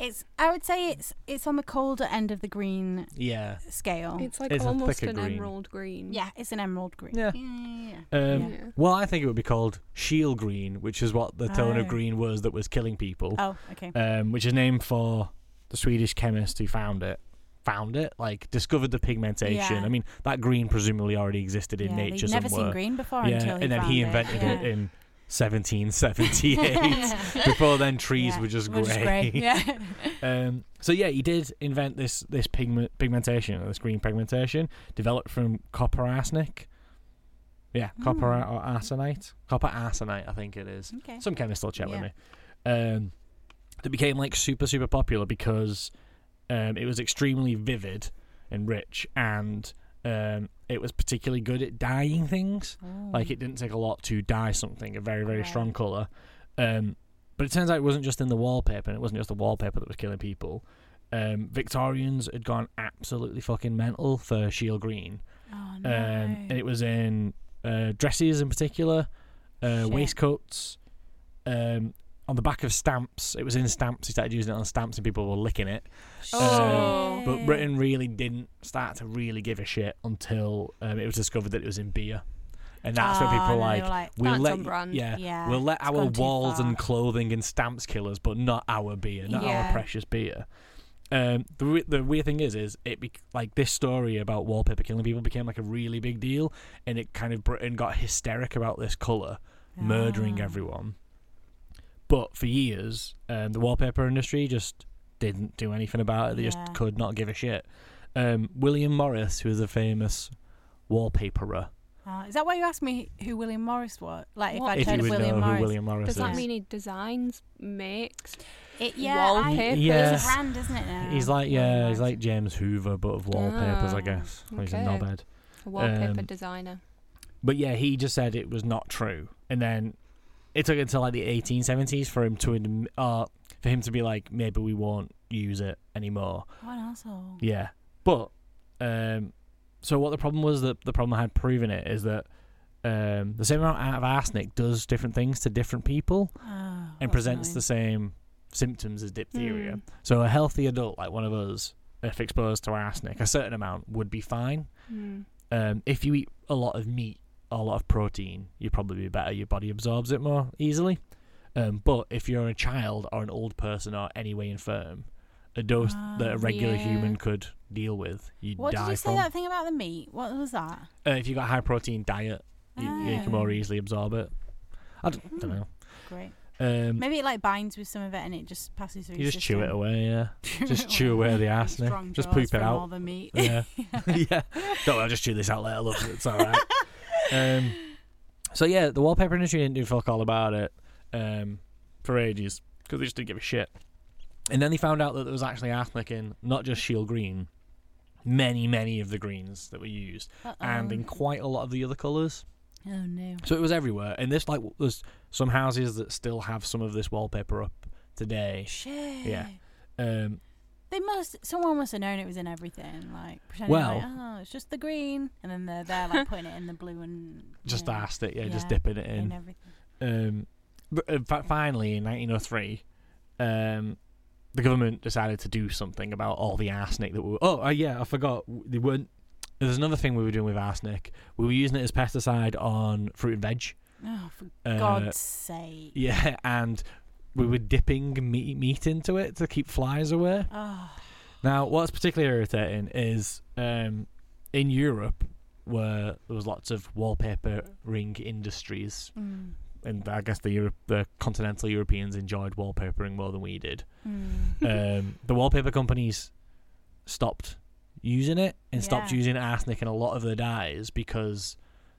[SPEAKER 3] It's. I would say it's it's on the colder end of the green
[SPEAKER 5] Yeah.
[SPEAKER 3] scale.
[SPEAKER 4] It's like
[SPEAKER 5] It's a
[SPEAKER 4] almost
[SPEAKER 5] thicker
[SPEAKER 4] an
[SPEAKER 5] green.
[SPEAKER 4] emerald green.
[SPEAKER 3] Oh. yeah, it's an emerald green.
[SPEAKER 5] Yeah.
[SPEAKER 3] yeah, yeah.
[SPEAKER 5] Um,
[SPEAKER 4] Yeah.
[SPEAKER 5] Well, I think it would be called Sheil Green, which is what the tone of
[SPEAKER 3] Oh.
[SPEAKER 5] green was that was killing people,
[SPEAKER 3] Oh, okay.
[SPEAKER 5] um, which is named for the Swedish chemist who found it. Found it, like discovered the pigmentation.
[SPEAKER 3] Yeah.
[SPEAKER 5] I mean, that green presumably already existed in
[SPEAKER 3] yeah,
[SPEAKER 5] nature
[SPEAKER 3] they'd never
[SPEAKER 5] somewhere.
[SPEAKER 3] seen green before
[SPEAKER 5] yeah,
[SPEAKER 3] until he
[SPEAKER 5] and then
[SPEAKER 3] found
[SPEAKER 5] he invented
[SPEAKER 3] yeah.
[SPEAKER 5] it, in <laughs>
[SPEAKER 3] <laughs>
[SPEAKER 5] 1778. Before then, trees
[SPEAKER 3] Yeah,
[SPEAKER 5] were just
[SPEAKER 3] We're
[SPEAKER 5] grey.
[SPEAKER 3] just grey. Yeah.
[SPEAKER 5] <laughs> Um, so yeah, he did invent this this pigment pigmentation, this green pigmentation, developed from copper arsenic. Yeah, copper
[SPEAKER 3] Hmm.
[SPEAKER 5] ar- or arsenite, copper arsenite, I think it is.
[SPEAKER 3] Okay.
[SPEAKER 5] Some chemist will chat with
[SPEAKER 3] Yeah.
[SPEAKER 5] me. Um, that became like super super popular because um, it was extremely vivid and rich, and um, it was particularly good at dyeing things. Like it didn't take a lot to dye something a very very
[SPEAKER 3] Oh. Right.
[SPEAKER 5] strong color. Um, but it turns out it wasn't just in the wallpaper, and it wasn't just the wallpaper that was killing people. Um, Victorians had gone absolutely fucking mental for Shield Green,
[SPEAKER 3] Oh,
[SPEAKER 5] um,
[SPEAKER 3] no.
[SPEAKER 5] and it was in uh, dresses in particular, uh,
[SPEAKER 3] Shit.
[SPEAKER 5] waistcoats, um, on the back of stamps. It was in stamps. He started using it on stamps, and people were licking it.
[SPEAKER 4] Oh.
[SPEAKER 5] um, But
[SPEAKER 3] Shit.
[SPEAKER 5] Britain really didn't start to really give a shit until um, it was discovered that it was in beer, and that's where
[SPEAKER 3] Oh,
[SPEAKER 5] people
[SPEAKER 3] no,
[SPEAKER 5] were like,
[SPEAKER 3] like,
[SPEAKER 5] "We'll
[SPEAKER 4] That's
[SPEAKER 5] let
[SPEAKER 4] on
[SPEAKER 5] y-
[SPEAKER 4] brand."
[SPEAKER 5] yeah,
[SPEAKER 3] Yeah,
[SPEAKER 5] we'll let
[SPEAKER 3] it's
[SPEAKER 5] our
[SPEAKER 3] gone too
[SPEAKER 5] walls and
[SPEAKER 3] far.
[SPEAKER 5] clothing and stamps kill us, but not our beer, not our
[SPEAKER 3] Yeah.
[SPEAKER 5] precious beer." Um, the we- the weird thing is, is it be- like this story about wallpaper killing people became like a really big deal, and it kind of Britain got hysteric about this color murdering
[SPEAKER 3] Ah.
[SPEAKER 5] everyone. But for years, um, the wallpaper industry just didn't do anything about it. They
[SPEAKER 3] Yeah.
[SPEAKER 5] just could not give a shit. Um, William Morris, who is a famous wallpaperer,
[SPEAKER 3] Ah, is that why you asked me who William Morris was? Like, if
[SPEAKER 4] What?
[SPEAKER 3] I'd
[SPEAKER 5] if
[SPEAKER 3] heard
[SPEAKER 5] you
[SPEAKER 3] of
[SPEAKER 5] would
[SPEAKER 3] William
[SPEAKER 5] know
[SPEAKER 3] Morris.
[SPEAKER 5] who William Morris
[SPEAKER 4] Does
[SPEAKER 5] is.
[SPEAKER 4] that mean he designs, makes?
[SPEAKER 3] It, yeah, I-
[SPEAKER 4] Wallpaper?
[SPEAKER 3] It's
[SPEAKER 5] Yes.
[SPEAKER 3] a brand, isn't it? Now?
[SPEAKER 5] He's like,
[SPEAKER 3] uh, William
[SPEAKER 5] yeah, he's
[SPEAKER 3] Morris.
[SPEAKER 5] like James Hoover, but of wallpapers, I
[SPEAKER 3] Ah,
[SPEAKER 5] guess. He's a
[SPEAKER 4] okay.
[SPEAKER 5] knobhead.
[SPEAKER 4] A wallpaper
[SPEAKER 5] Um,
[SPEAKER 4] designer.
[SPEAKER 5] But yeah, he just said it was not true, and then it took until like the 1870s for him to adm- uh, for him to be like, maybe we won't use it anymore.
[SPEAKER 3] What an asshole.
[SPEAKER 5] Yeah, but um, so what the problem was that the problem I had proving it is that um, the same amount of arsenic does different things to different people
[SPEAKER 3] Oh,
[SPEAKER 5] and
[SPEAKER 3] that's
[SPEAKER 5] presents
[SPEAKER 3] annoying.
[SPEAKER 5] the same symptoms as diphtheria.
[SPEAKER 4] Hmm.
[SPEAKER 5] So a healthy adult like one of us, if exposed to arsenic, a certain amount would be fine.
[SPEAKER 4] Hmm.
[SPEAKER 5] Um, if you eat a lot of meat, a lot of protein, you'd probably be better. Your body absorbs it more easily. Um, but if you're a child or an old person or anyway infirm, a dose that
[SPEAKER 3] Ah,
[SPEAKER 5] a regular
[SPEAKER 4] yeah.
[SPEAKER 5] human could deal with, you'd
[SPEAKER 3] What
[SPEAKER 5] die
[SPEAKER 3] did you say
[SPEAKER 5] from.
[SPEAKER 3] that thing about the meat? What was that?
[SPEAKER 5] Uh, if you got a high protein diet, you, you can more
[SPEAKER 3] Ah.
[SPEAKER 5] easily absorb it. I don't,
[SPEAKER 3] Hmm.
[SPEAKER 5] know.
[SPEAKER 3] Great.
[SPEAKER 5] Um,
[SPEAKER 3] Maybe it like binds with some of it and it just passes through.
[SPEAKER 5] you
[SPEAKER 3] your
[SPEAKER 5] just chew it
[SPEAKER 3] system.
[SPEAKER 5] away, yeah.
[SPEAKER 3] <laughs> Chew
[SPEAKER 5] Just
[SPEAKER 3] it
[SPEAKER 5] chew away
[SPEAKER 3] <laughs>
[SPEAKER 5] the
[SPEAKER 3] Your
[SPEAKER 5] arsenic.
[SPEAKER 3] strong
[SPEAKER 5] Just
[SPEAKER 3] jaws
[SPEAKER 5] poop it
[SPEAKER 3] from
[SPEAKER 5] out.
[SPEAKER 3] All the meat.
[SPEAKER 5] Yeah. <laughs> yeah. Don't worry, I'll just chew this out later. Look, it's all
[SPEAKER 3] <laughs>
[SPEAKER 5] right. um, so yeah, the wallpaper industry didn't do fuck all about it um, for ages because they just didn't give a shit. And then they found out that there was actually arsenic in not just Shield Green, many, many of the greens that were used,
[SPEAKER 3] Uh-oh.
[SPEAKER 5] and in quite a lot of the other colours.
[SPEAKER 3] <laughs> oh no.
[SPEAKER 5] So it was everywhere. And this, like, there's some houses that still have some of this wallpaper up today.
[SPEAKER 3] Shit.
[SPEAKER 5] Um,
[SPEAKER 3] They must. Someone must have known it was in everything. Like pretending like, oh, it's just the green, and then they're there like putting it in the blue and
[SPEAKER 5] just
[SPEAKER 3] you know,
[SPEAKER 5] asked it, yeah, just
[SPEAKER 3] Yeah,
[SPEAKER 5] dipping it in.
[SPEAKER 3] and everything.
[SPEAKER 5] Um, but in fact, finally, in 1903, um, the government decided to do something about all the arsenic that we were. Oh, uh, yeah, I forgot. W- They weren't. There's another thing we were doing with arsenic. We were using it as pesticide on fruit and veg.
[SPEAKER 3] Oh, for
[SPEAKER 5] Uh,
[SPEAKER 3] God's sake.
[SPEAKER 5] Yeah, and we were dipping meat, meat into it to keep flies away.
[SPEAKER 3] Oh,
[SPEAKER 5] Now, what's particularly irritating is um, in Europe, where there was lots of wallpapering industries
[SPEAKER 3] mm,
[SPEAKER 5] and I guess the Europe, the continental Europeans enjoyed
[SPEAKER 3] <laughs>
[SPEAKER 5] wallpapering more than we did.
[SPEAKER 3] mm.
[SPEAKER 5] Um, the wallpaper companies stopped using it and stopped
[SPEAKER 3] Yeah.
[SPEAKER 5] using arsenic in a lot of their dyes because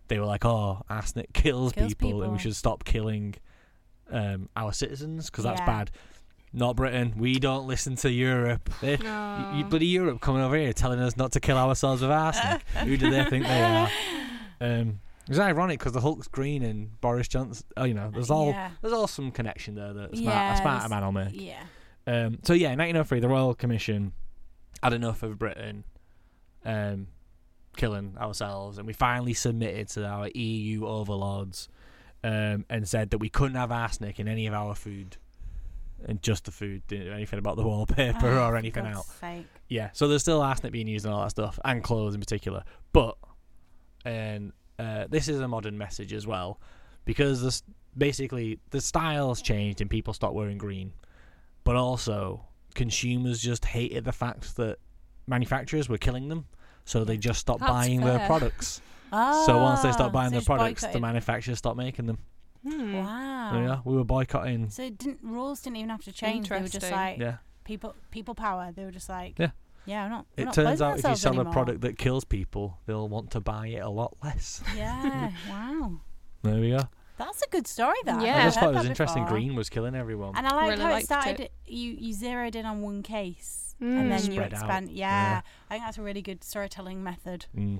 [SPEAKER 5] they were like, "Oh, arsenic kills,
[SPEAKER 3] Kills
[SPEAKER 5] people, and
[SPEAKER 3] people.
[SPEAKER 5] we should stop killing um, our citizens because that's
[SPEAKER 3] Yeah.
[SPEAKER 5] bad." Not Britain. We don't listen to Europe.
[SPEAKER 3] <laughs>
[SPEAKER 5] They, y- y-
[SPEAKER 4] Aw.
[SPEAKER 5] bloody Europe coming over here telling us not to kill ourselves with
[SPEAKER 3] <laughs>
[SPEAKER 5] arsenic. Who do they think they are? Um, it was ironic because the Hulk's green and Boris Johnson. Oh, you know, there's all
[SPEAKER 3] Yeah.
[SPEAKER 5] there's all some connection there that a smart,
[SPEAKER 3] Yeah,
[SPEAKER 5] a smarter
[SPEAKER 3] there's-
[SPEAKER 5] man will make.
[SPEAKER 3] Yeah.
[SPEAKER 5] Um, so yeah, 1903, the Royal Commission had enough of Britain um, killing ourselves, and we finally submitted to our EU overlords um, and said that we couldn't have arsenic in any of our food, and just the food, didn't do anything about the
[SPEAKER 3] <laughs>
[SPEAKER 5] wallpaper
[SPEAKER 3] Oh,
[SPEAKER 5] or
[SPEAKER 3] for
[SPEAKER 5] anything
[SPEAKER 3] God's
[SPEAKER 5] else.
[SPEAKER 3] sake.
[SPEAKER 5] Yeah, so there's still arsenic being used and all that stuff, and clothes in particular. But, and uh, this is a modern message as well, because this, basically the styles changed and people stopped wearing green, but also consumers just hated the fact that manufacturers were killing them, so they just stopped
[SPEAKER 4] That's
[SPEAKER 5] buying their
[SPEAKER 4] fair.
[SPEAKER 5] products. so once they
[SPEAKER 3] Ah,
[SPEAKER 5] stopped buying
[SPEAKER 3] so
[SPEAKER 5] their
[SPEAKER 3] just
[SPEAKER 5] products, the
[SPEAKER 3] boycotted. Mm.
[SPEAKER 5] manufacturers stopped making them.
[SPEAKER 4] Hmm.
[SPEAKER 3] Wow.
[SPEAKER 5] There we are. We were boycotting.
[SPEAKER 3] So it didn't rules didn't even have to change. They were just
[SPEAKER 4] Interesting.
[SPEAKER 3] like
[SPEAKER 5] Yeah.
[SPEAKER 3] people people power. They were just like
[SPEAKER 5] Yeah.
[SPEAKER 3] yeah. I'm not. we're
[SPEAKER 5] It
[SPEAKER 3] not
[SPEAKER 5] turns
[SPEAKER 3] clothing
[SPEAKER 5] out if you
[SPEAKER 3] ourselves
[SPEAKER 5] sell
[SPEAKER 3] anymore.
[SPEAKER 5] a product that kills people, they'll want to buy it a lot less. <laughs>
[SPEAKER 3] Yeah. wow.
[SPEAKER 5] There we go.
[SPEAKER 3] That's a good story. That I've
[SPEAKER 4] Yeah.
[SPEAKER 3] never
[SPEAKER 5] I just <laughs>
[SPEAKER 3] heard
[SPEAKER 5] thought it was
[SPEAKER 3] that
[SPEAKER 5] interesting.
[SPEAKER 3] before.
[SPEAKER 5] Green was killing everyone.
[SPEAKER 3] And I like
[SPEAKER 4] Really
[SPEAKER 3] how it
[SPEAKER 4] liked
[SPEAKER 3] started.
[SPEAKER 4] it.
[SPEAKER 3] You you zeroed in on one case
[SPEAKER 4] Mm.
[SPEAKER 3] and then you
[SPEAKER 5] Spread out.
[SPEAKER 3] expand. Yeah,
[SPEAKER 5] Yeah.
[SPEAKER 3] I think that's a really good storytelling method.
[SPEAKER 5] Mm.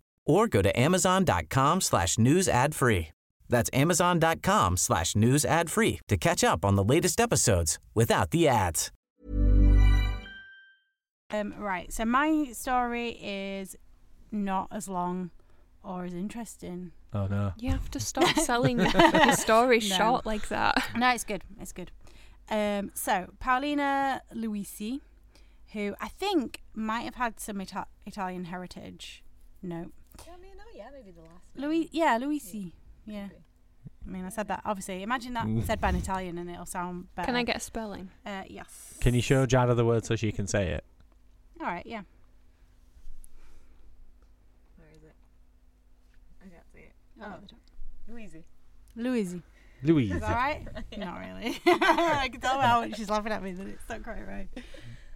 [SPEAKER 1] or go to amazon.com slash news ad free. That's amazon.com slash news ad free to catch up on the latest episodes without the ads.
[SPEAKER 3] um, right. So my story is not as long or as interesting.
[SPEAKER 5] Oh no.
[SPEAKER 4] You have
[SPEAKER 3] <laughs>
[SPEAKER 4] to stop selling your stories
[SPEAKER 3] No.
[SPEAKER 4] short like that.
[SPEAKER 3] No, it's good. It's good. Um, so Paolina Luisi, who I think might have had some Ita- Italian heritage. No,
[SPEAKER 6] Yeah, I mean, oh yeah, maybe the last. name.
[SPEAKER 3] Louis, yeah, Luisi. Yeah. I mean, I said that obviously. Imagine that said by an Italian, and it'll sound better.
[SPEAKER 4] Can I get a spelling?
[SPEAKER 3] Uh, yes.
[SPEAKER 5] Can you show Jada the word so she can say it?
[SPEAKER 3] All right. Yeah.
[SPEAKER 6] Where is it? I can't see it.
[SPEAKER 3] Oh,
[SPEAKER 6] Louise.
[SPEAKER 3] Luisi.
[SPEAKER 5] Louise.
[SPEAKER 3] Is
[SPEAKER 6] <laughs>
[SPEAKER 3] that right? Not really. I can tell how she's laughing at me that it's not quite right.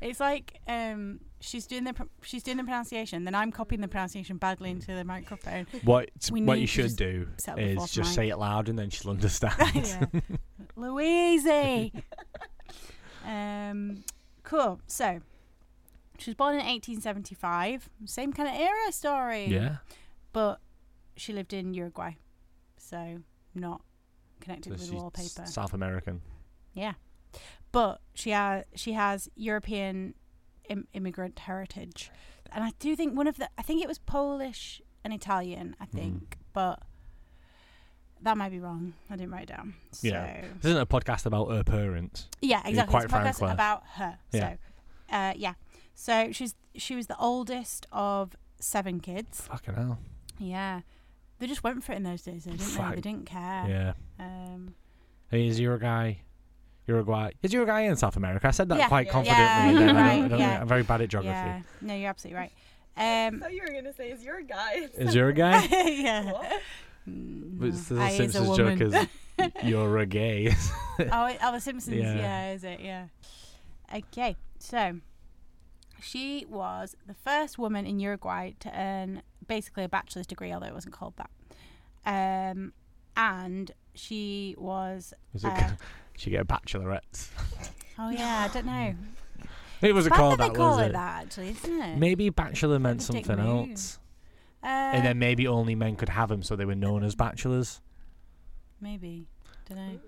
[SPEAKER 3] It's like um, she's doing the pr- she's doing the pronunciation, then I'm copying the pronunciation badly into the microphone.
[SPEAKER 5] What
[SPEAKER 3] We
[SPEAKER 5] what
[SPEAKER 3] need
[SPEAKER 5] you
[SPEAKER 3] to
[SPEAKER 5] should
[SPEAKER 3] just
[SPEAKER 5] do
[SPEAKER 3] set up the
[SPEAKER 5] is
[SPEAKER 3] fourth
[SPEAKER 5] just
[SPEAKER 3] mic.
[SPEAKER 5] say it loud and then she'll understand. <laughs>
[SPEAKER 3] yeah. Louise. um, cool. So she was born in 1875. Same kind of era story.
[SPEAKER 5] <laughs> yeah.
[SPEAKER 3] But she lived in Uruguay, so not connected
[SPEAKER 5] So
[SPEAKER 3] with
[SPEAKER 5] she's
[SPEAKER 3] wallpaper.
[SPEAKER 5] s- South American.
[SPEAKER 3] yeah, but she has she has European Im- immigrant heritage, and I do think one of the I think it was Polish and Italian.
[SPEAKER 5] Hmm.
[SPEAKER 3] I think, but that might be wrong. I didn't write it down. So.
[SPEAKER 5] Yeah. This isn't a podcast about her parents.
[SPEAKER 3] Yeah,
[SPEAKER 5] You're
[SPEAKER 3] exactly.
[SPEAKER 5] quite
[SPEAKER 3] it's a podcast
[SPEAKER 5] frank, Claire.
[SPEAKER 3] about her.
[SPEAKER 5] Yeah.
[SPEAKER 3] So, uh, yeah. So she's she was the oldest of seven kids.
[SPEAKER 5] Fucking hell.
[SPEAKER 3] Yeah, they just went for it in those days, though, didn't
[SPEAKER 5] Fuck.
[SPEAKER 3] they? They didn't care.
[SPEAKER 5] Yeah.
[SPEAKER 3] Um,
[SPEAKER 5] Hey, is Uruguay Uruguay is Uruguay in South America? I said that
[SPEAKER 3] Yeah.
[SPEAKER 5] quite
[SPEAKER 3] Yeah.
[SPEAKER 5] confidently. <laughs> and then I don't,
[SPEAKER 3] Right,
[SPEAKER 5] I don't,
[SPEAKER 3] yeah.
[SPEAKER 5] I'm very bad at geography.
[SPEAKER 3] yeah. No, you're absolutely <laughs> right. Um,
[SPEAKER 6] So you were gonna say, is your <laughs> guy?
[SPEAKER 5] Is <laughs> Uruguay?
[SPEAKER 3] yeah.
[SPEAKER 5] But it's
[SPEAKER 3] I
[SPEAKER 5] the
[SPEAKER 3] is a
[SPEAKER 5] Simpsons joke
[SPEAKER 3] woman.
[SPEAKER 5] is y- <laughs> you're a gay.
[SPEAKER 3] oh, it- oh, The Simpsons.
[SPEAKER 5] Yeah.
[SPEAKER 3] Yeah. is it? Yeah. Okay, so she was the first woman in Uruguay to earn basically a bachelor's degree, although it wasn't called that. Um, and she was.
[SPEAKER 5] Is it
[SPEAKER 3] uh,
[SPEAKER 5] she get a bachelorette?
[SPEAKER 3] oh yeah, I don't know.
[SPEAKER 5] <laughs> It was a
[SPEAKER 3] Bad
[SPEAKER 5] call
[SPEAKER 3] that
[SPEAKER 5] that
[SPEAKER 3] they call
[SPEAKER 5] was
[SPEAKER 3] it
[SPEAKER 5] it?
[SPEAKER 3] that, actually, isn't it?
[SPEAKER 5] Maybe bachelor meant
[SPEAKER 3] It's a dick
[SPEAKER 5] something
[SPEAKER 3] move.
[SPEAKER 5] else,
[SPEAKER 3] Uh,
[SPEAKER 5] and then maybe only men could have them, so they were known as bachelors.
[SPEAKER 3] maybe. Don't know.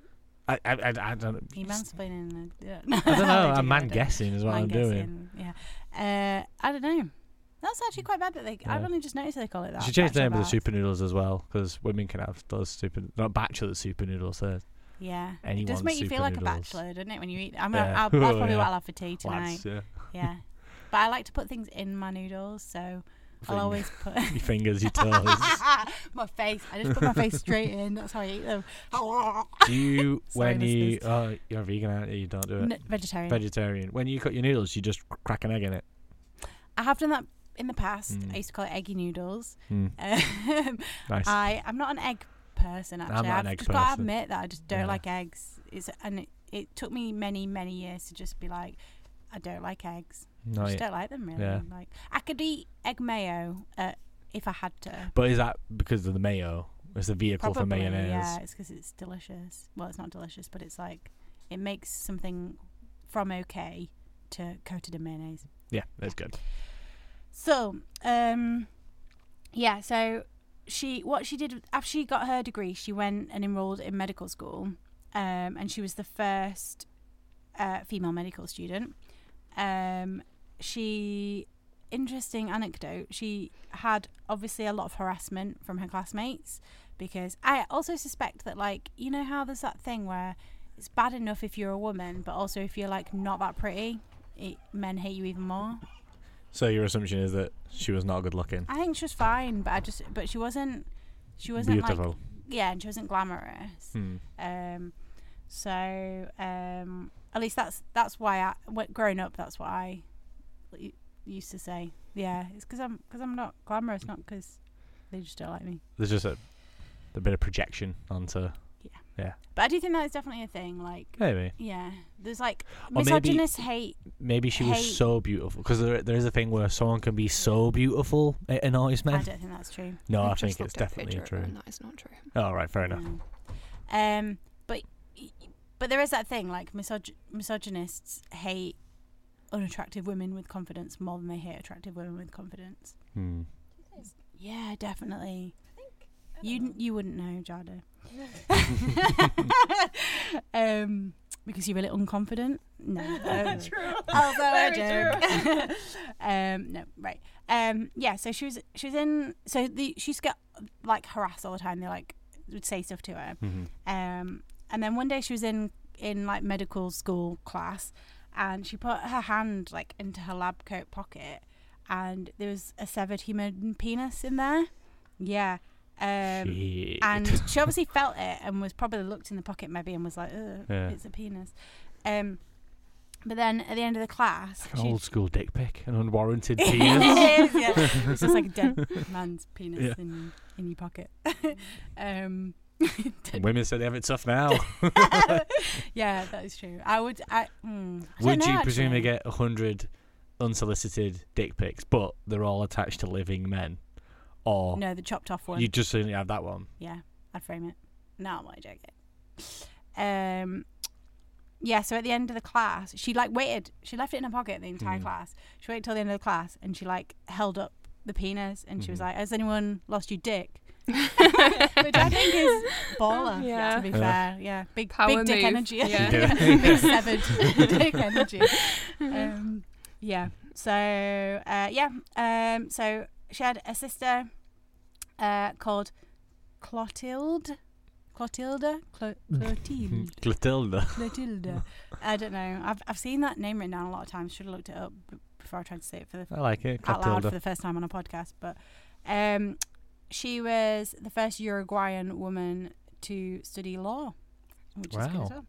[SPEAKER 5] I, I, I,
[SPEAKER 3] <laughs>
[SPEAKER 5] I don't.
[SPEAKER 3] You mansplaining.
[SPEAKER 5] <laughs>
[SPEAKER 3] <laughs>
[SPEAKER 5] I don't know. I'm man guessing is what
[SPEAKER 3] Man
[SPEAKER 5] I'm doing.
[SPEAKER 3] guessing, Yeah. Uh, I don't know. That's actually quite bad that they. I
[SPEAKER 5] Yeah.
[SPEAKER 3] only just noticed they call it that.
[SPEAKER 5] Should change the name of the
[SPEAKER 3] bachelor
[SPEAKER 5] super noodles as well, because women can have those super not bachelor super noodles. They're
[SPEAKER 3] bath. Yeah. It
[SPEAKER 5] anyone
[SPEAKER 3] does make you
[SPEAKER 5] super
[SPEAKER 3] feel like
[SPEAKER 5] noodles.
[SPEAKER 3] a bachelor, doesn't it? When you eat, I'm
[SPEAKER 5] Yeah.
[SPEAKER 3] gonna, I'll, that's
[SPEAKER 5] Oh,
[SPEAKER 3] probably
[SPEAKER 5] <laughs> yeah.
[SPEAKER 3] what I'll have for tea tonight. <laughs>
[SPEAKER 5] lads. Yeah.
[SPEAKER 3] yeah. But I like to put things in my noodles, so
[SPEAKER 5] Thing-
[SPEAKER 3] I'll
[SPEAKER 5] <laughs>
[SPEAKER 3] always put <laughs>
[SPEAKER 5] your fingers, your toes.
[SPEAKER 3] my face. I just put my face straight in. That's how I eat
[SPEAKER 5] <laughs>
[SPEAKER 3] them.
[SPEAKER 5] Do you
[SPEAKER 3] Sorry,
[SPEAKER 5] when you
[SPEAKER 3] listeners.
[SPEAKER 5] oh you're vegan aren't you? You don't do it.
[SPEAKER 3] N- vegetarian.
[SPEAKER 5] Vegetarian. When you cut your noodles, you just cr- crack an egg in it.
[SPEAKER 3] I have done that in the past.
[SPEAKER 5] Mm.
[SPEAKER 3] I used to call it eggy noodles. <laughs>
[SPEAKER 5] Mm,
[SPEAKER 3] Um,
[SPEAKER 5] nice.
[SPEAKER 3] I I'm not an egg person actually.
[SPEAKER 5] not an
[SPEAKER 3] I've
[SPEAKER 5] egg
[SPEAKER 3] just got to
[SPEAKER 5] person.
[SPEAKER 3] admit that I just don't
[SPEAKER 5] Yeah.
[SPEAKER 3] like eggs. It's and it, it took me many many years to just be like, I don't like eggs. I
[SPEAKER 5] No,
[SPEAKER 3] just
[SPEAKER 5] Oh, yeah.
[SPEAKER 3] don't like them really.
[SPEAKER 5] Yeah.
[SPEAKER 3] Like I could eat egg mayo uh, if I had to.
[SPEAKER 5] But is that because of the mayo? It's the vehicle for
[SPEAKER 3] Probably,
[SPEAKER 5] mayonnaise.
[SPEAKER 3] yeah. It's because it's delicious. Well, it's not delicious, but it's like it makes something from okay to coated in mayonnaise.
[SPEAKER 5] Yeah, that's good.
[SPEAKER 3] So, um, yeah, so she what she did after she got her degree, she went and enrolled in medical school, um, and she was the first uh, female medical student. Um, she interesting anecdote. She had obviously a lot of harassment from her classmates because I also suspect that like you know how there's that thing where it's bad enough if you're a woman, but also if you're like not that pretty, it, men hate you even more.
[SPEAKER 5] So your assumption is that she was not good looking.
[SPEAKER 3] I think she was fine, but I just but she wasn't she wasn't like
[SPEAKER 5] Beautiful.
[SPEAKER 3] yeah, and she wasn't glamorous.
[SPEAKER 5] Hmm.
[SPEAKER 3] Um, so um, at least that's that's why I when, growing up that's what I u- used to say. Yeah, it's because I'm because I'm not glamorous, not because they just don't like me.
[SPEAKER 5] There's just a, a bit of projection onto
[SPEAKER 3] But I do think that is definitely a thing. Like
[SPEAKER 5] maybe
[SPEAKER 3] yeah, there's like
[SPEAKER 5] Or maybe-
[SPEAKER 3] misogynist hate.
[SPEAKER 5] maybe she
[SPEAKER 3] Hate.
[SPEAKER 5] was so beautiful because there there is a thing where someone can be so beautiful a- an artist
[SPEAKER 3] I
[SPEAKER 5] man.
[SPEAKER 3] don't think that's true.
[SPEAKER 5] No, I
[SPEAKER 4] I've just
[SPEAKER 5] think it's
[SPEAKER 4] looked at a
[SPEAKER 5] definitely
[SPEAKER 4] picture of her
[SPEAKER 5] true.
[SPEAKER 4] and That is not true.
[SPEAKER 5] All right, fair enough.
[SPEAKER 3] Mm. Um, but but there is that thing like misog- misogynists hate unattractive women with confidence more than they hate attractive women with confidence.
[SPEAKER 5] Hmm.
[SPEAKER 3] Yeah, definitely.
[SPEAKER 6] I think. I
[SPEAKER 3] You
[SPEAKER 6] don't
[SPEAKER 3] n- you wouldn't know, Jada,
[SPEAKER 6] know.
[SPEAKER 3] <laughs> um, because you're really unconfident.
[SPEAKER 6] <laughs>
[SPEAKER 3] No, um,
[SPEAKER 6] True.
[SPEAKER 3] although I
[SPEAKER 6] Very
[SPEAKER 3] joke. <laughs> um, no, right. Um, yeah. So she was she was in. So the she used to get like harassed all the time. They like would say stuff to her.
[SPEAKER 5] Mhm.
[SPEAKER 3] Um, and then one day she was in in like medical school class, and she put her hand like into her lab coat pocket, and there was a severed human penis in there. Yeah. Um,
[SPEAKER 5] Shit. <laughs>
[SPEAKER 3] and she obviously felt it and was probably looked in the pocket maybe and was like, Ugh,
[SPEAKER 5] Yeah.
[SPEAKER 3] it's a penis. Um, but then at the end of the class,
[SPEAKER 5] An
[SPEAKER 3] she- <laughs>
[SPEAKER 5] old school dick pic, an unwarranted penis.
[SPEAKER 3] It is,
[SPEAKER 5] <laughs>
[SPEAKER 3] yeah. it's just like a dead man's penis
[SPEAKER 5] Yeah.
[SPEAKER 3] in in your
[SPEAKER 5] <laughs>
[SPEAKER 3] pocket. um, <laughs>
[SPEAKER 5] And Women say they have it tough now. <laughs>
[SPEAKER 3] yeah, that is true. I would. I, mm, I don't
[SPEAKER 5] Would
[SPEAKER 3] know,
[SPEAKER 5] you presumably
[SPEAKER 3] actually.
[SPEAKER 5] get a hundred unsolicited dick pics, but they're all attached to living men, or
[SPEAKER 3] No, the chopped off one.
[SPEAKER 5] you just only have that one?
[SPEAKER 3] Yeah, I'd frame it. No, I'm not joking. Um, yeah. So at the end of the class, she like waited. She left it in her pocket the entire
[SPEAKER 5] Mm.
[SPEAKER 3] class. She waited till the end of the class, and she like held up the penis, and she was
[SPEAKER 5] Mm-hmm.
[SPEAKER 3] like, "Has anyone lost your
[SPEAKER 4] <laughs>
[SPEAKER 3] dick?" <laughs> Which I think is baller.
[SPEAKER 4] Yeah.
[SPEAKER 3] To be
[SPEAKER 5] Yeah.
[SPEAKER 3] fair, yeah, big
[SPEAKER 4] Power
[SPEAKER 3] big dick
[SPEAKER 4] move,
[SPEAKER 3] energy. <laughs>
[SPEAKER 4] yeah.
[SPEAKER 3] big
[SPEAKER 5] <laughs>
[SPEAKER 3] severed dick
[SPEAKER 4] <laughs>
[SPEAKER 3] energy. Um, yeah. So uh, yeah. Um, so she had a sister uh, called Clotilde. Clotilde? Clo- Clotilde.
[SPEAKER 5] <laughs> Clotilda.
[SPEAKER 3] Clotilde. I don't know. I've, I've seen that name written down a lot of times. Should have looked it up b- before I tried to say it for the
[SPEAKER 5] I like it.
[SPEAKER 3] out loud for
[SPEAKER 5] Clotilda.
[SPEAKER 3] the first time on a podcast. But um, she was the first Uruguayan woman to study law, which is good
[SPEAKER 5] Wow.
[SPEAKER 3] as well.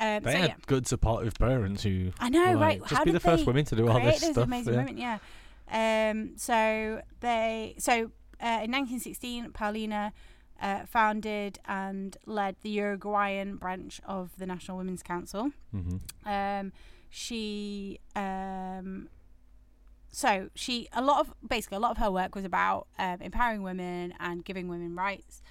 [SPEAKER 3] Um,
[SPEAKER 5] They
[SPEAKER 3] so
[SPEAKER 5] had
[SPEAKER 3] yeah,
[SPEAKER 5] good supportive parents who.
[SPEAKER 3] I know,
[SPEAKER 5] were
[SPEAKER 3] right?
[SPEAKER 5] like,
[SPEAKER 3] How
[SPEAKER 5] Just be
[SPEAKER 3] did
[SPEAKER 5] the first
[SPEAKER 3] they
[SPEAKER 5] women to do all this
[SPEAKER 3] create those
[SPEAKER 5] stuff.
[SPEAKER 3] amazing
[SPEAKER 5] yeah.
[SPEAKER 3] women, yeah. Um, so they, so uh, in 1916, Paulina uh, founded and led the Uruguayan branch of the National Women's Council.
[SPEAKER 5] Mhm.
[SPEAKER 3] Um, she, um, so she, a lot of basically a lot of her work was about um, empowering women and giving women rights.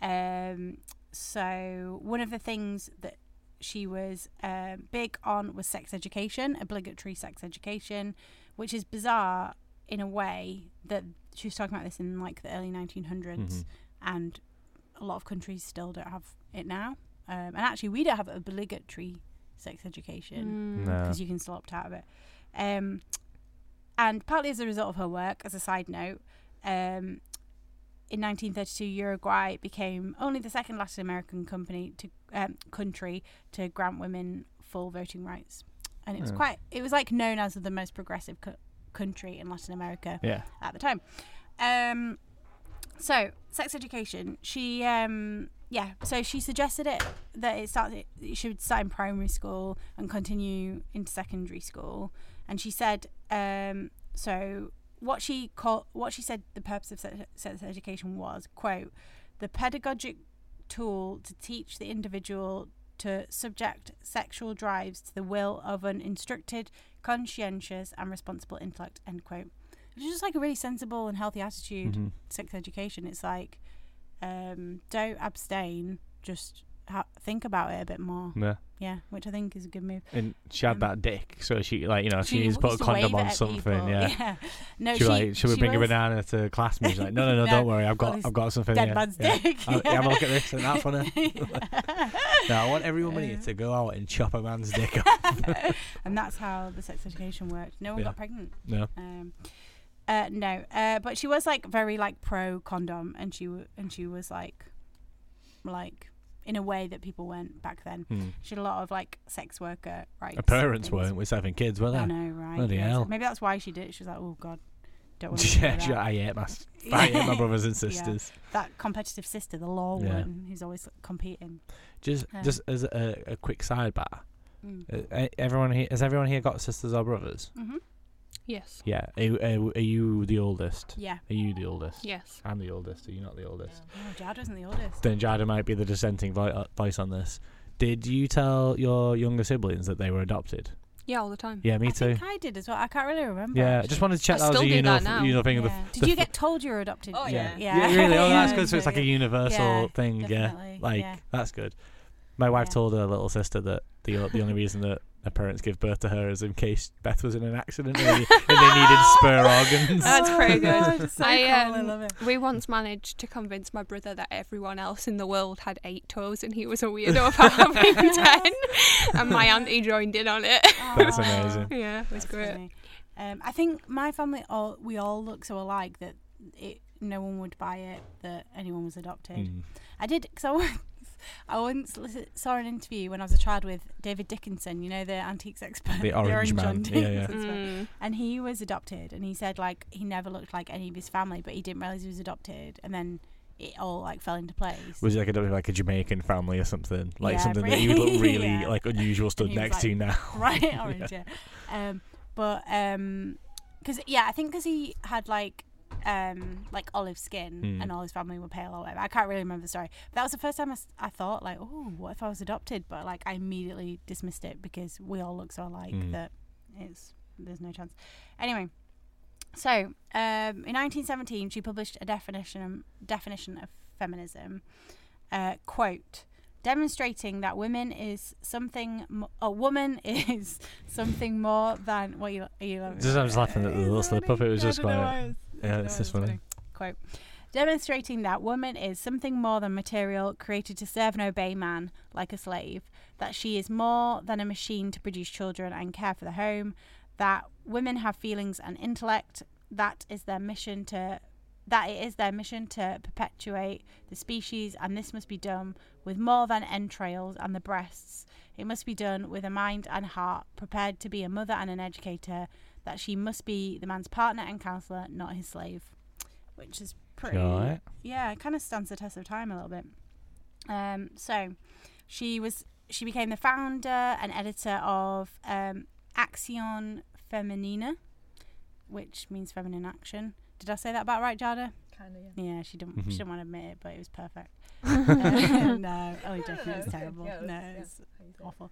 [SPEAKER 3] Um, so one of the things that she was um, big on was sex education, obligatory sex education, which is bizarre in a way that she was talking about this in like the early 1900s, and a lot of countries still don't have it now. Um, and actually, we don't have obligatory sex education
[SPEAKER 5] No.
[SPEAKER 3] because you can still opt out of it. Um, and partly as a result of her work, as a side note, um, in 1932, Uruguay became only the second Latin American company to um, country to grant women full voting rights, and it was
[SPEAKER 5] Yeah.
[SPEAKER 3] quite. It was like known as the most progressive co- country in Latin America
[SPEAKER 5] Yeah.
[SPEAKER 3] at the time. Um, so sex education, she um, yeah, so she suggested it that it starts it should start in primary school and continue into secondary school, and she said um, so what she called what she said the purpose of sex, sex education was quote the pedagogic tool to teach the individual to subject sexual drives to the will of an instructed conscientious and responsible intellect end quote it's just like a really sensible and healthy attitude
[SPEAKER 5] Mhm.
[SPEAKER 3] sex education it's like um don't abstain just ha- think about it a bit more
[SPEAKER 5] Yeah.
[SPEAKER 3] yeah which i think is a good move
[SPEAKER 5] And she had
[SPEAKER 3] Um,
[SPEAKER 5] that dick, so she like you know she, needs to put
[SPEAKER 3] used
[SPEAKER 5] a
[SPEAKER 3] to
[SPEAKER 5] condom
[SPEAKER 3] wave it
[SPEAKER 5] on
[SPEAKER 3] at
[SPEAKER 5] something.
[SPEAKER 3] people. <laughs>
[SPEAKER 5] Yeah.
[SPEAKER 3] no
[SPEAKER 5] she,
[SPEAKER 3] she,
[SPEAKER 5] was like, should we
[SPEAKER 3] she
[SPEAKER 5] bring a
[SPEAKER 3] was
[SPEAKER 5] banana to class? Me? She's like, no, no,
[SPEAKER 3] <laughs>
[SPEAKER 5] no,
[SPEAKER 3] No,
[SPEAKER 5] don't worry, I've
[SPEAKER 3] got
[SPEAKER 5] got,
[SPEAKER 3] this
[SPEAKER 5] I've got something.
[SPEAKER 3] dead
[SPEAKER 5] yeah,
[SPEAKER 3] man's
[SPEAKER 5] yeah.
[SPEAKER 3] dick
[SPEAKER 5] Have- yeah, have a look at this
[SPEAKER 3] <laughs>
[SPEAKER 5] and that for her. No, I want every woman here
[SPEAKER 3] Uh,
[SPEAKER 5] to go out and chop a man's dick off.
[SPEAKER 3] <laughs> and that's how the sex education worked. No one
[SPEAKER 5] Yeah.
[SPEAKER 3] got pregnant.
[SPEAKER 5] No.
[SPEAKER 3] Um, uh, no. Uh, but she was like very like pro condom, and she w- and she was like, like in a way that people weren't back then.
[SPEAKER 5] Hmm.
[SPEAKER 3] She had a lot of like sex worker rights.
[SPEAKER 5] Her parents
[SPEAKER 3] things.
[SPEAKER 5] weren't with seven kids, were
[SPEAKER 3] I
[SPEAKER 5] they?
[SPEAKER 3] know, right?
[SPEAKER 5] Bloody
[SPEAKER 3] yeah, so
[SPEAKER 5] hell.
[SPEAKER 3] Maybe that's why she did. it. She was like, oh god,
[SPEAKER 5] <laughs>
[SPEAKER 3] don't want to.
[SPEAKER 5] Yeah, she- I hate my,
[SPEAKER 3] <laughs>
[SPEAKER 5] I hate my brothers and
[SPEAKER 3] Yeah.
[SPEAKER 5] sisters.
[SPEAKER 3] that competitive sister, the law
[SPEAKER 5] Yeah.
[SPEAKER 3] one, who's always competing.
[SPEAKER 5] Just,
[SPEAKER 3] Yeah.
[SPEAKER 5] just as a, a quick sidebar,
[SPEAKER 3] Mm.
[SPEAKER 5] uh, e- everyone here has everyone here got sisters or brothers?
[SPEAKER 3] hmm
[SPEAKER 4] Yes.
[SPEAKER 5] Yeah. Are, you- are, are you the oldest?
[SPEAKER 3] Yeah.
[SPEAKER 5] Are you the oldest?
[SPEAKER 4] Yes.
[SPEAKER 5] I'm the oldest. Are you not the oldest?
[SPEAKER 3] Oh, Jad wasn't the oldest.
[SPEAKER 5] Then Jada might be the dissenting vo- voice on this. Did you tell your younger siblings that they were adopted?
[SPEAKER 4] Yeah, all the time.
[SPEAKER 5] Yeah, me
[SPEAKER 3] Mm. I
[SPEAKER 5] too.
[SPEAKER 3] think I did as well. I can't really remember.
[SPEAKER 5] Yeah,
[SPEAKER 3] actually.
[SPEAKER 5] just wanted to check
[SPEAKER 4] I
[SPEAKER 5] that was a
[SPEAKER 4] still do
[SPEAKER 5] uni-
[SPEAKER 4] that now.
[SPEAKER 5] uni- thing. of the-
[SPEAKER 3] Yeah.
[SPEAKER 5] the
[SPEAKER 3] Did you
[SPEAKER 5] f-
[SPEAKER 3] get told you were adopted?
[SPEAKER 6] Oh,
[SPEAKER 5] yeah.
[SPEAKER 6] yeah.
[SPEAKER 5] Yeah, really. Oh, that's good. So it's like a universal
[SPEAKER 3] Yeah,
[SPEAKER 5] thing. Yeah,
[SPEAKER 3] definitely,
[SPEAKER 5] like
[SPEAKER 3] yeah.
[SPEAKER 5] that's good. My wife
[SPEAKER 3] Yeah.
[SPEAKER 5] told her little sister that the o- the only reason that her parents give birth to her is in case Beth was in an accident and they, and they needed
[SPEAKER 3] <laughs>
[SPEAKER 5] spare organs.
[SPEAKER 4] That's pretty
[SPEAKER 3] God,
[SPEAKER 4] good.
[SPEAKER 3] so
[SPEAKER 4] I,
[SPEAKER 3] cool, I
[SPEAKER 4] um,
[SPEAKER 3] love it.
[SPEAKER 4] We once managed to convince my brother that everyone else in the world had eight toes and he was a weirdo <laughs> for having ten. And my auntie joined in on it.
[SPEAKER 5] That's amazing.
[SPEAKER 4] Yeah, it was
[SPEAKER 3] That's
[SPEAKER 4] great.
[SPEAKER 3] funny. Um, I think my family all we all look so alike that it no one would buy it that anyone was adopted.
[SPEAKER 5] Mm.
[SPEAKER 3] I did because I <laughs> once, I once listen, saw an interview when I was a child with David Dickinson, you know <laughs> the antiques expert,
[SPEAKER 5] The orange man. Yeah, yeah.
[SPEAKER 3] Dickinson's man.
[SPEAKER 4] Mm.
[SPEAKER 3] and he was adopted and he said like he never looked like any of his family but he didn't realize he was adopted and then it all like fell into place
[SPEAKER 5] Was it like adopted like a Jamaican family or something? Like
[SPEAKER 3] Yeah,
[SPEAKER 5] something that
[SPEAKER 3] pretty-
[SPEAKER 5] you
[SPEAKER 3] <laughs>
[SPEAKER 5] would look really
[SPEAKER 3] yeah.
[SPEAKER 5] like unusual stood
[SPEAKER 3] he was
[SPEAKER 5] next to
[SPEAKER 3] like- <laughs>
[SPEAKER 5] now. <laughs>
[SPEAKER 3] right orange yeah. um but um because yeah i think because he had like um like olive skin
[SPEAKER 5] Hmm.
[SPEAKER 3] and all his family were pale or whatever i can't really remember the story but that was the first time i, s- I thought like oh what if i was adopted but like i immediately dismissed it because we all look so alike
[SPEAKER 5] Hmm.
[SPEAKER 3] that it's there's no chance anyway so um in 1917 she published a definition definition of feminism uh, quote demonstrating that women is something mo- a woman <laughs> is something more than what you are you laughing
[SPEAKER 5] Just- I was
[SPEAKER 3] at?
[SPEAKER 5] laughing at the
[SPEAKER 3] Is it
[SPEAKER 5] little slip up, it
[SPEAKER 3] funny?
[SPEAKER 5] was
[SPEAKER 3] I
[SPEAKER 5] just
[SPEAKER 3] don't know
[SPEAKER 5] quite-
[SPEAKER 3] why it's- I
[SPEAKER 5] yeah,
[SPEAKER 3] don't know
[SPEAKER 5] it's
[SPEAKER 3] why
[SPEAKER 5] just funny.
[SPEAKER 3] quote demonstrating that woman is something more than material created to serve and obey man like a slave that she is more than a machine to produce children and care for the home that women have feelings and intellect that is their mission to that it is their mission to perpetuate the species and this must be done with more than entrails and the breasts it must be done with a mind and heart prepared to be a mother and an educator that she must be the man's partner and counselor not his slave which is pretty
[SPEAKER 5] alright?
[SPEAKER 3] yeah it kind of stands the test of time a little bit um so she was she became the founder and editor of um action feminina which means feminine action did i say that about right jada
[SPEAKER 6] Kind of, yeah.
[SPEAKER 3] yeah, she didn't.
[SPEAKER 5] Mhm.
[SPEAKER 3] She didn't want to admit it, but it was
[SPEAKER 6] <laughs>
[SPEAKER 3] perfect. <laughs> no, oh,
[SPEAKER 6] no,
[SPEAKER 3] definitely,
[SPEAKER 6] it's
[SPEAKER 3] it's
[SPEAKER 6] good.
[SPEAKER 3] terrible.
[SPEAKER 6] <laughs> Yeah,
[SPEAKER 3] no,
[SPEAKER 6] it's-
[SPEAKER 3] it's
[SPEAKER 6] yeah. How you say it.
[SPEAKER 3] awful.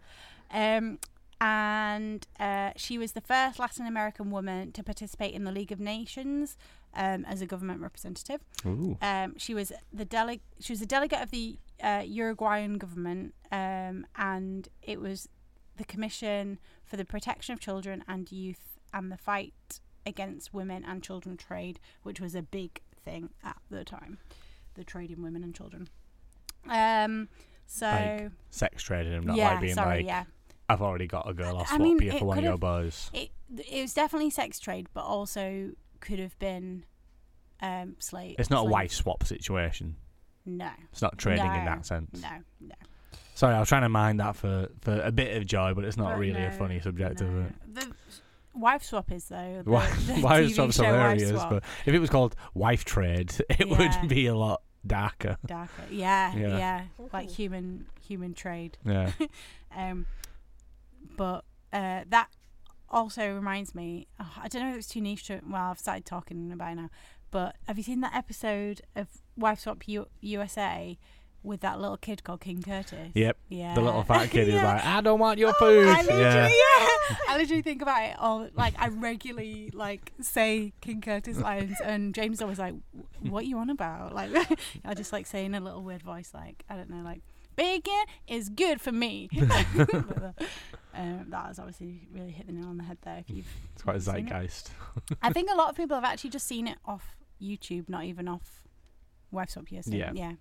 [SPEAKER 3] Um, and uh, she was the first Latin American woman to participate in the League of Nations um, as a government representative.
[SPEAKER 5] Ooh.
[SPEAKER 3] Um, she was the dele- She was a delegate of the uh, Uruguayan government, um, and it was the Commission for the Protection of Children and Youth and the Fight Against Women and Children Trade, which was a big thing at the time, the trade in women and children. Um, So
[SPEAKER 5] Like, sex trading and not
[SPEAKER 3] yeah,
[SPEAKER 5] like being
[SPEAKER 3] sorry,
[SPEAKER 5] like,
[SPEAKER 3] yeah.
[SPEAKER 5] I've already got a girl, I'll
[SPEAKER 3] I
[SPEAKER 5] swap
[SPEAKER 3] mean,
[SPEAKER 5] you
[SPEAKER 3] it
[SPEAKER 5] for one of
[SPEAKER 3] could've-
[SPEAKER 5] your boys.
[SPEAKER 3] It it was definitely sex trade, but also could have been um slave.
[SPEAKER 5] It's not a
[SPEAKER 3] slave-
[SPEAKER 5] wife swap situation.
[SPEAKER 3] No.
[SPEAKER 5] It's not trading in
[SPEAKER 3] No,
[SPEAKER 5] that sense.
[SPEAKER 3] No, no.
[SPEAKER 5] Sorry, I was trying to mine that for, for a bit of joy, but it's not
[SPEAKER 3] But
[SPEAKER 5] really a
[SPEAKER 3] no,
[SPEAKER 5] funny subject,
[SPEAKER 3] no.
[SPEAKER 5] is it?
[SPEAKER 3] The wife swap is though. The,
[SPEAKER 5] Why
[SPEAKER 3] the
[SPEAKER 5] <laughs> why
[SPEAKER 3] TV
[SPEAKER 5] is Tom's
[SPEAKER 3] show Wife
[SPEAKER 5] hilarious,
[SPEAKER 3] Swap.
[SPEAKER 5] but if it was called Wife Trade, <laughs> it
[SPEAKER 3] Yeah.
[SPEAKER 5] would be a lot darker.
[SPEAKER 3] darker. Yeah,
[SPEAKER 5] Yeah.
[SPEAKER 3] yeah, like human human trade.
[SPEAKER 5] Yeah.
[SPEAKER 3] Um, but uh, that also reminds me. oh, I don't know if it's too niche. To, well, I've started talking about it now. But have you seen that episode of Wife Swap U- USA with that little kid called King Curtis?
[SPEAKER 5] <laughs> Yep.
[SPEAKER 3] Yeah.
[SPEAKER 5] The little fat kid
[SPEAKER 3] <laughs>
[SPEAKER 5] is
[SPEAKER 3] Yeah.
[SPEAKER 5] like, I don't want your
[SPEAKER 3] Oh,
[SPEAKER 5] food.
[SPEAKER 3] I literally,
[SPEAKER 5] <laughs> yeah.
[SPEAKER 3] yeah. I literally think about it all. Like I regularly like say King Curtis lines, and James is always like, "What you on about?" Like <laughs> I just like say in a little weird voice, like I don't know, like bacon is good for
[SPEAKER 5] <laughs>
[SPEAKER 3] me. <laughs> But, uh, um, that has obviously really hit the nail on the head there. If you've,
[SPEAKER 5] It's quite a
[SPEAKER 3] seen it.
[SPEAKER 5] zeitgeist.
[SPEAKER 3] I think a lot of people have actually just seen it off YouTube, not even off Webstop USA.
[SPEAKER 5] Yeah.
[SPEAKER 3] Yeah.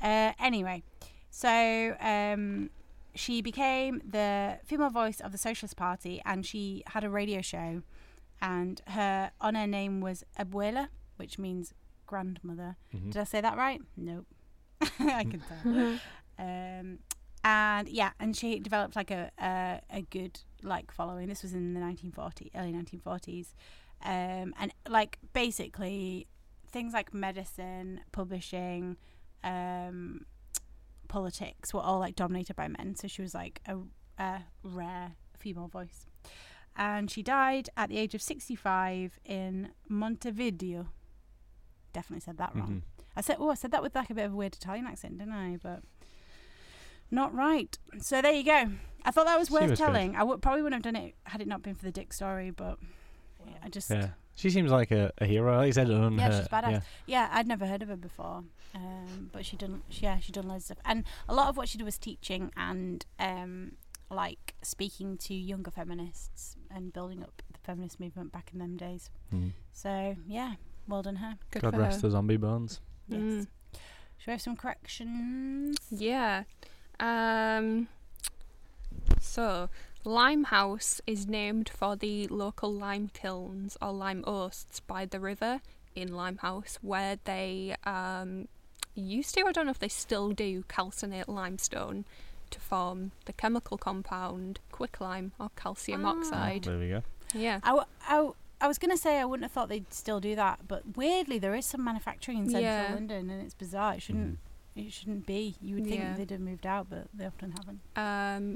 [SPEAKER 3] Uh, anyway, so um, she became the female voice of the Socialist Party, and she had a radio show, and her on her name was Abuela, which means grandmother.
[SPEAKER 5] Mm-hmm.
[SPEAKER 3] Did I say that right? Nope. <laughs> I can tell. um, and yeah, and she developed like a, a a good like following. This was in the 1940s, early 1940s, um, and like basically things like medicine, publishing, um, politics were all like dominated by men. So she was like a, a rare female voice, and she died at the age of 65 in Montevideo. Definitely said that
[SPEAKER 5] Mm-hmm.
[SPEAKER 3] wrong. I said, oh, I said that with like a bit of a weird Italian accent, didn't I? But not right. So there you go. I thought that was
[SPEAKER 5] She
[SPEAKER 3] worth
[SPEAKER 5] was good.
[SPEAKER 3] telling. I would probably wouldn't have done it had it not been for the Dick story, but yeah, I just
[SPEAKER 5] Yeah. She seems like a, a hero. Like you said, on
[SPEAKER 3] yeah,
[SPEAKER 5] her,
[SPEAKER 3] she's badass.
[SPEAKER 5] Yeah.
[SPEAKER 3] Yeah. I'd never heard of her before, um, but she done. she- Yeah, she done loads of stuff, and a lot of what she did was teaching and um, like speaking to younger feminists and building up the feminist movement back in them days.
[SPEAKER 5] Mm.
[SPEAKER 3] So yeah, well done her.
[SPEAKER 4] Good
[SPEAKER 5] God
[SPEAKER 4] for
[SPEAKER 5] rest
[SPEAKER 4] her.
[SPEAKER 5] her zombie bones.
[SPEAKER 3] Yes.
[SPEAKER 4] Mm.
[SPEAKER 3] Should we have some corrections?
[SPEAKER 4] Yeah. Um, so, Limehouse is named for the local lime kilns or lime oasts by the river in Limehouse, where they um, used to, I don't know if they still do, calcinate limestone to form the chemical compound quicklime or calcium oxide.
[SPEAKER 5] There we go.
[SPEAKER 4] Yeah.
[SPEAKER 3] I, w- I, w- I was gonna say I wouldn't have thought they'd still do that, but weirdly there is some manufacturing in central
[SPEAKER 4] Yeah.
[SPEAKER 3] London, and it's bizarre. It shouldn't.
[SPEAKER 5] Mm-hmm.
[SPEAKER 3] It shouldn't be. You would think
[SPEAKER 4] Yeah.
[SPEAKER 3] they'd have moved out, but they often haven't.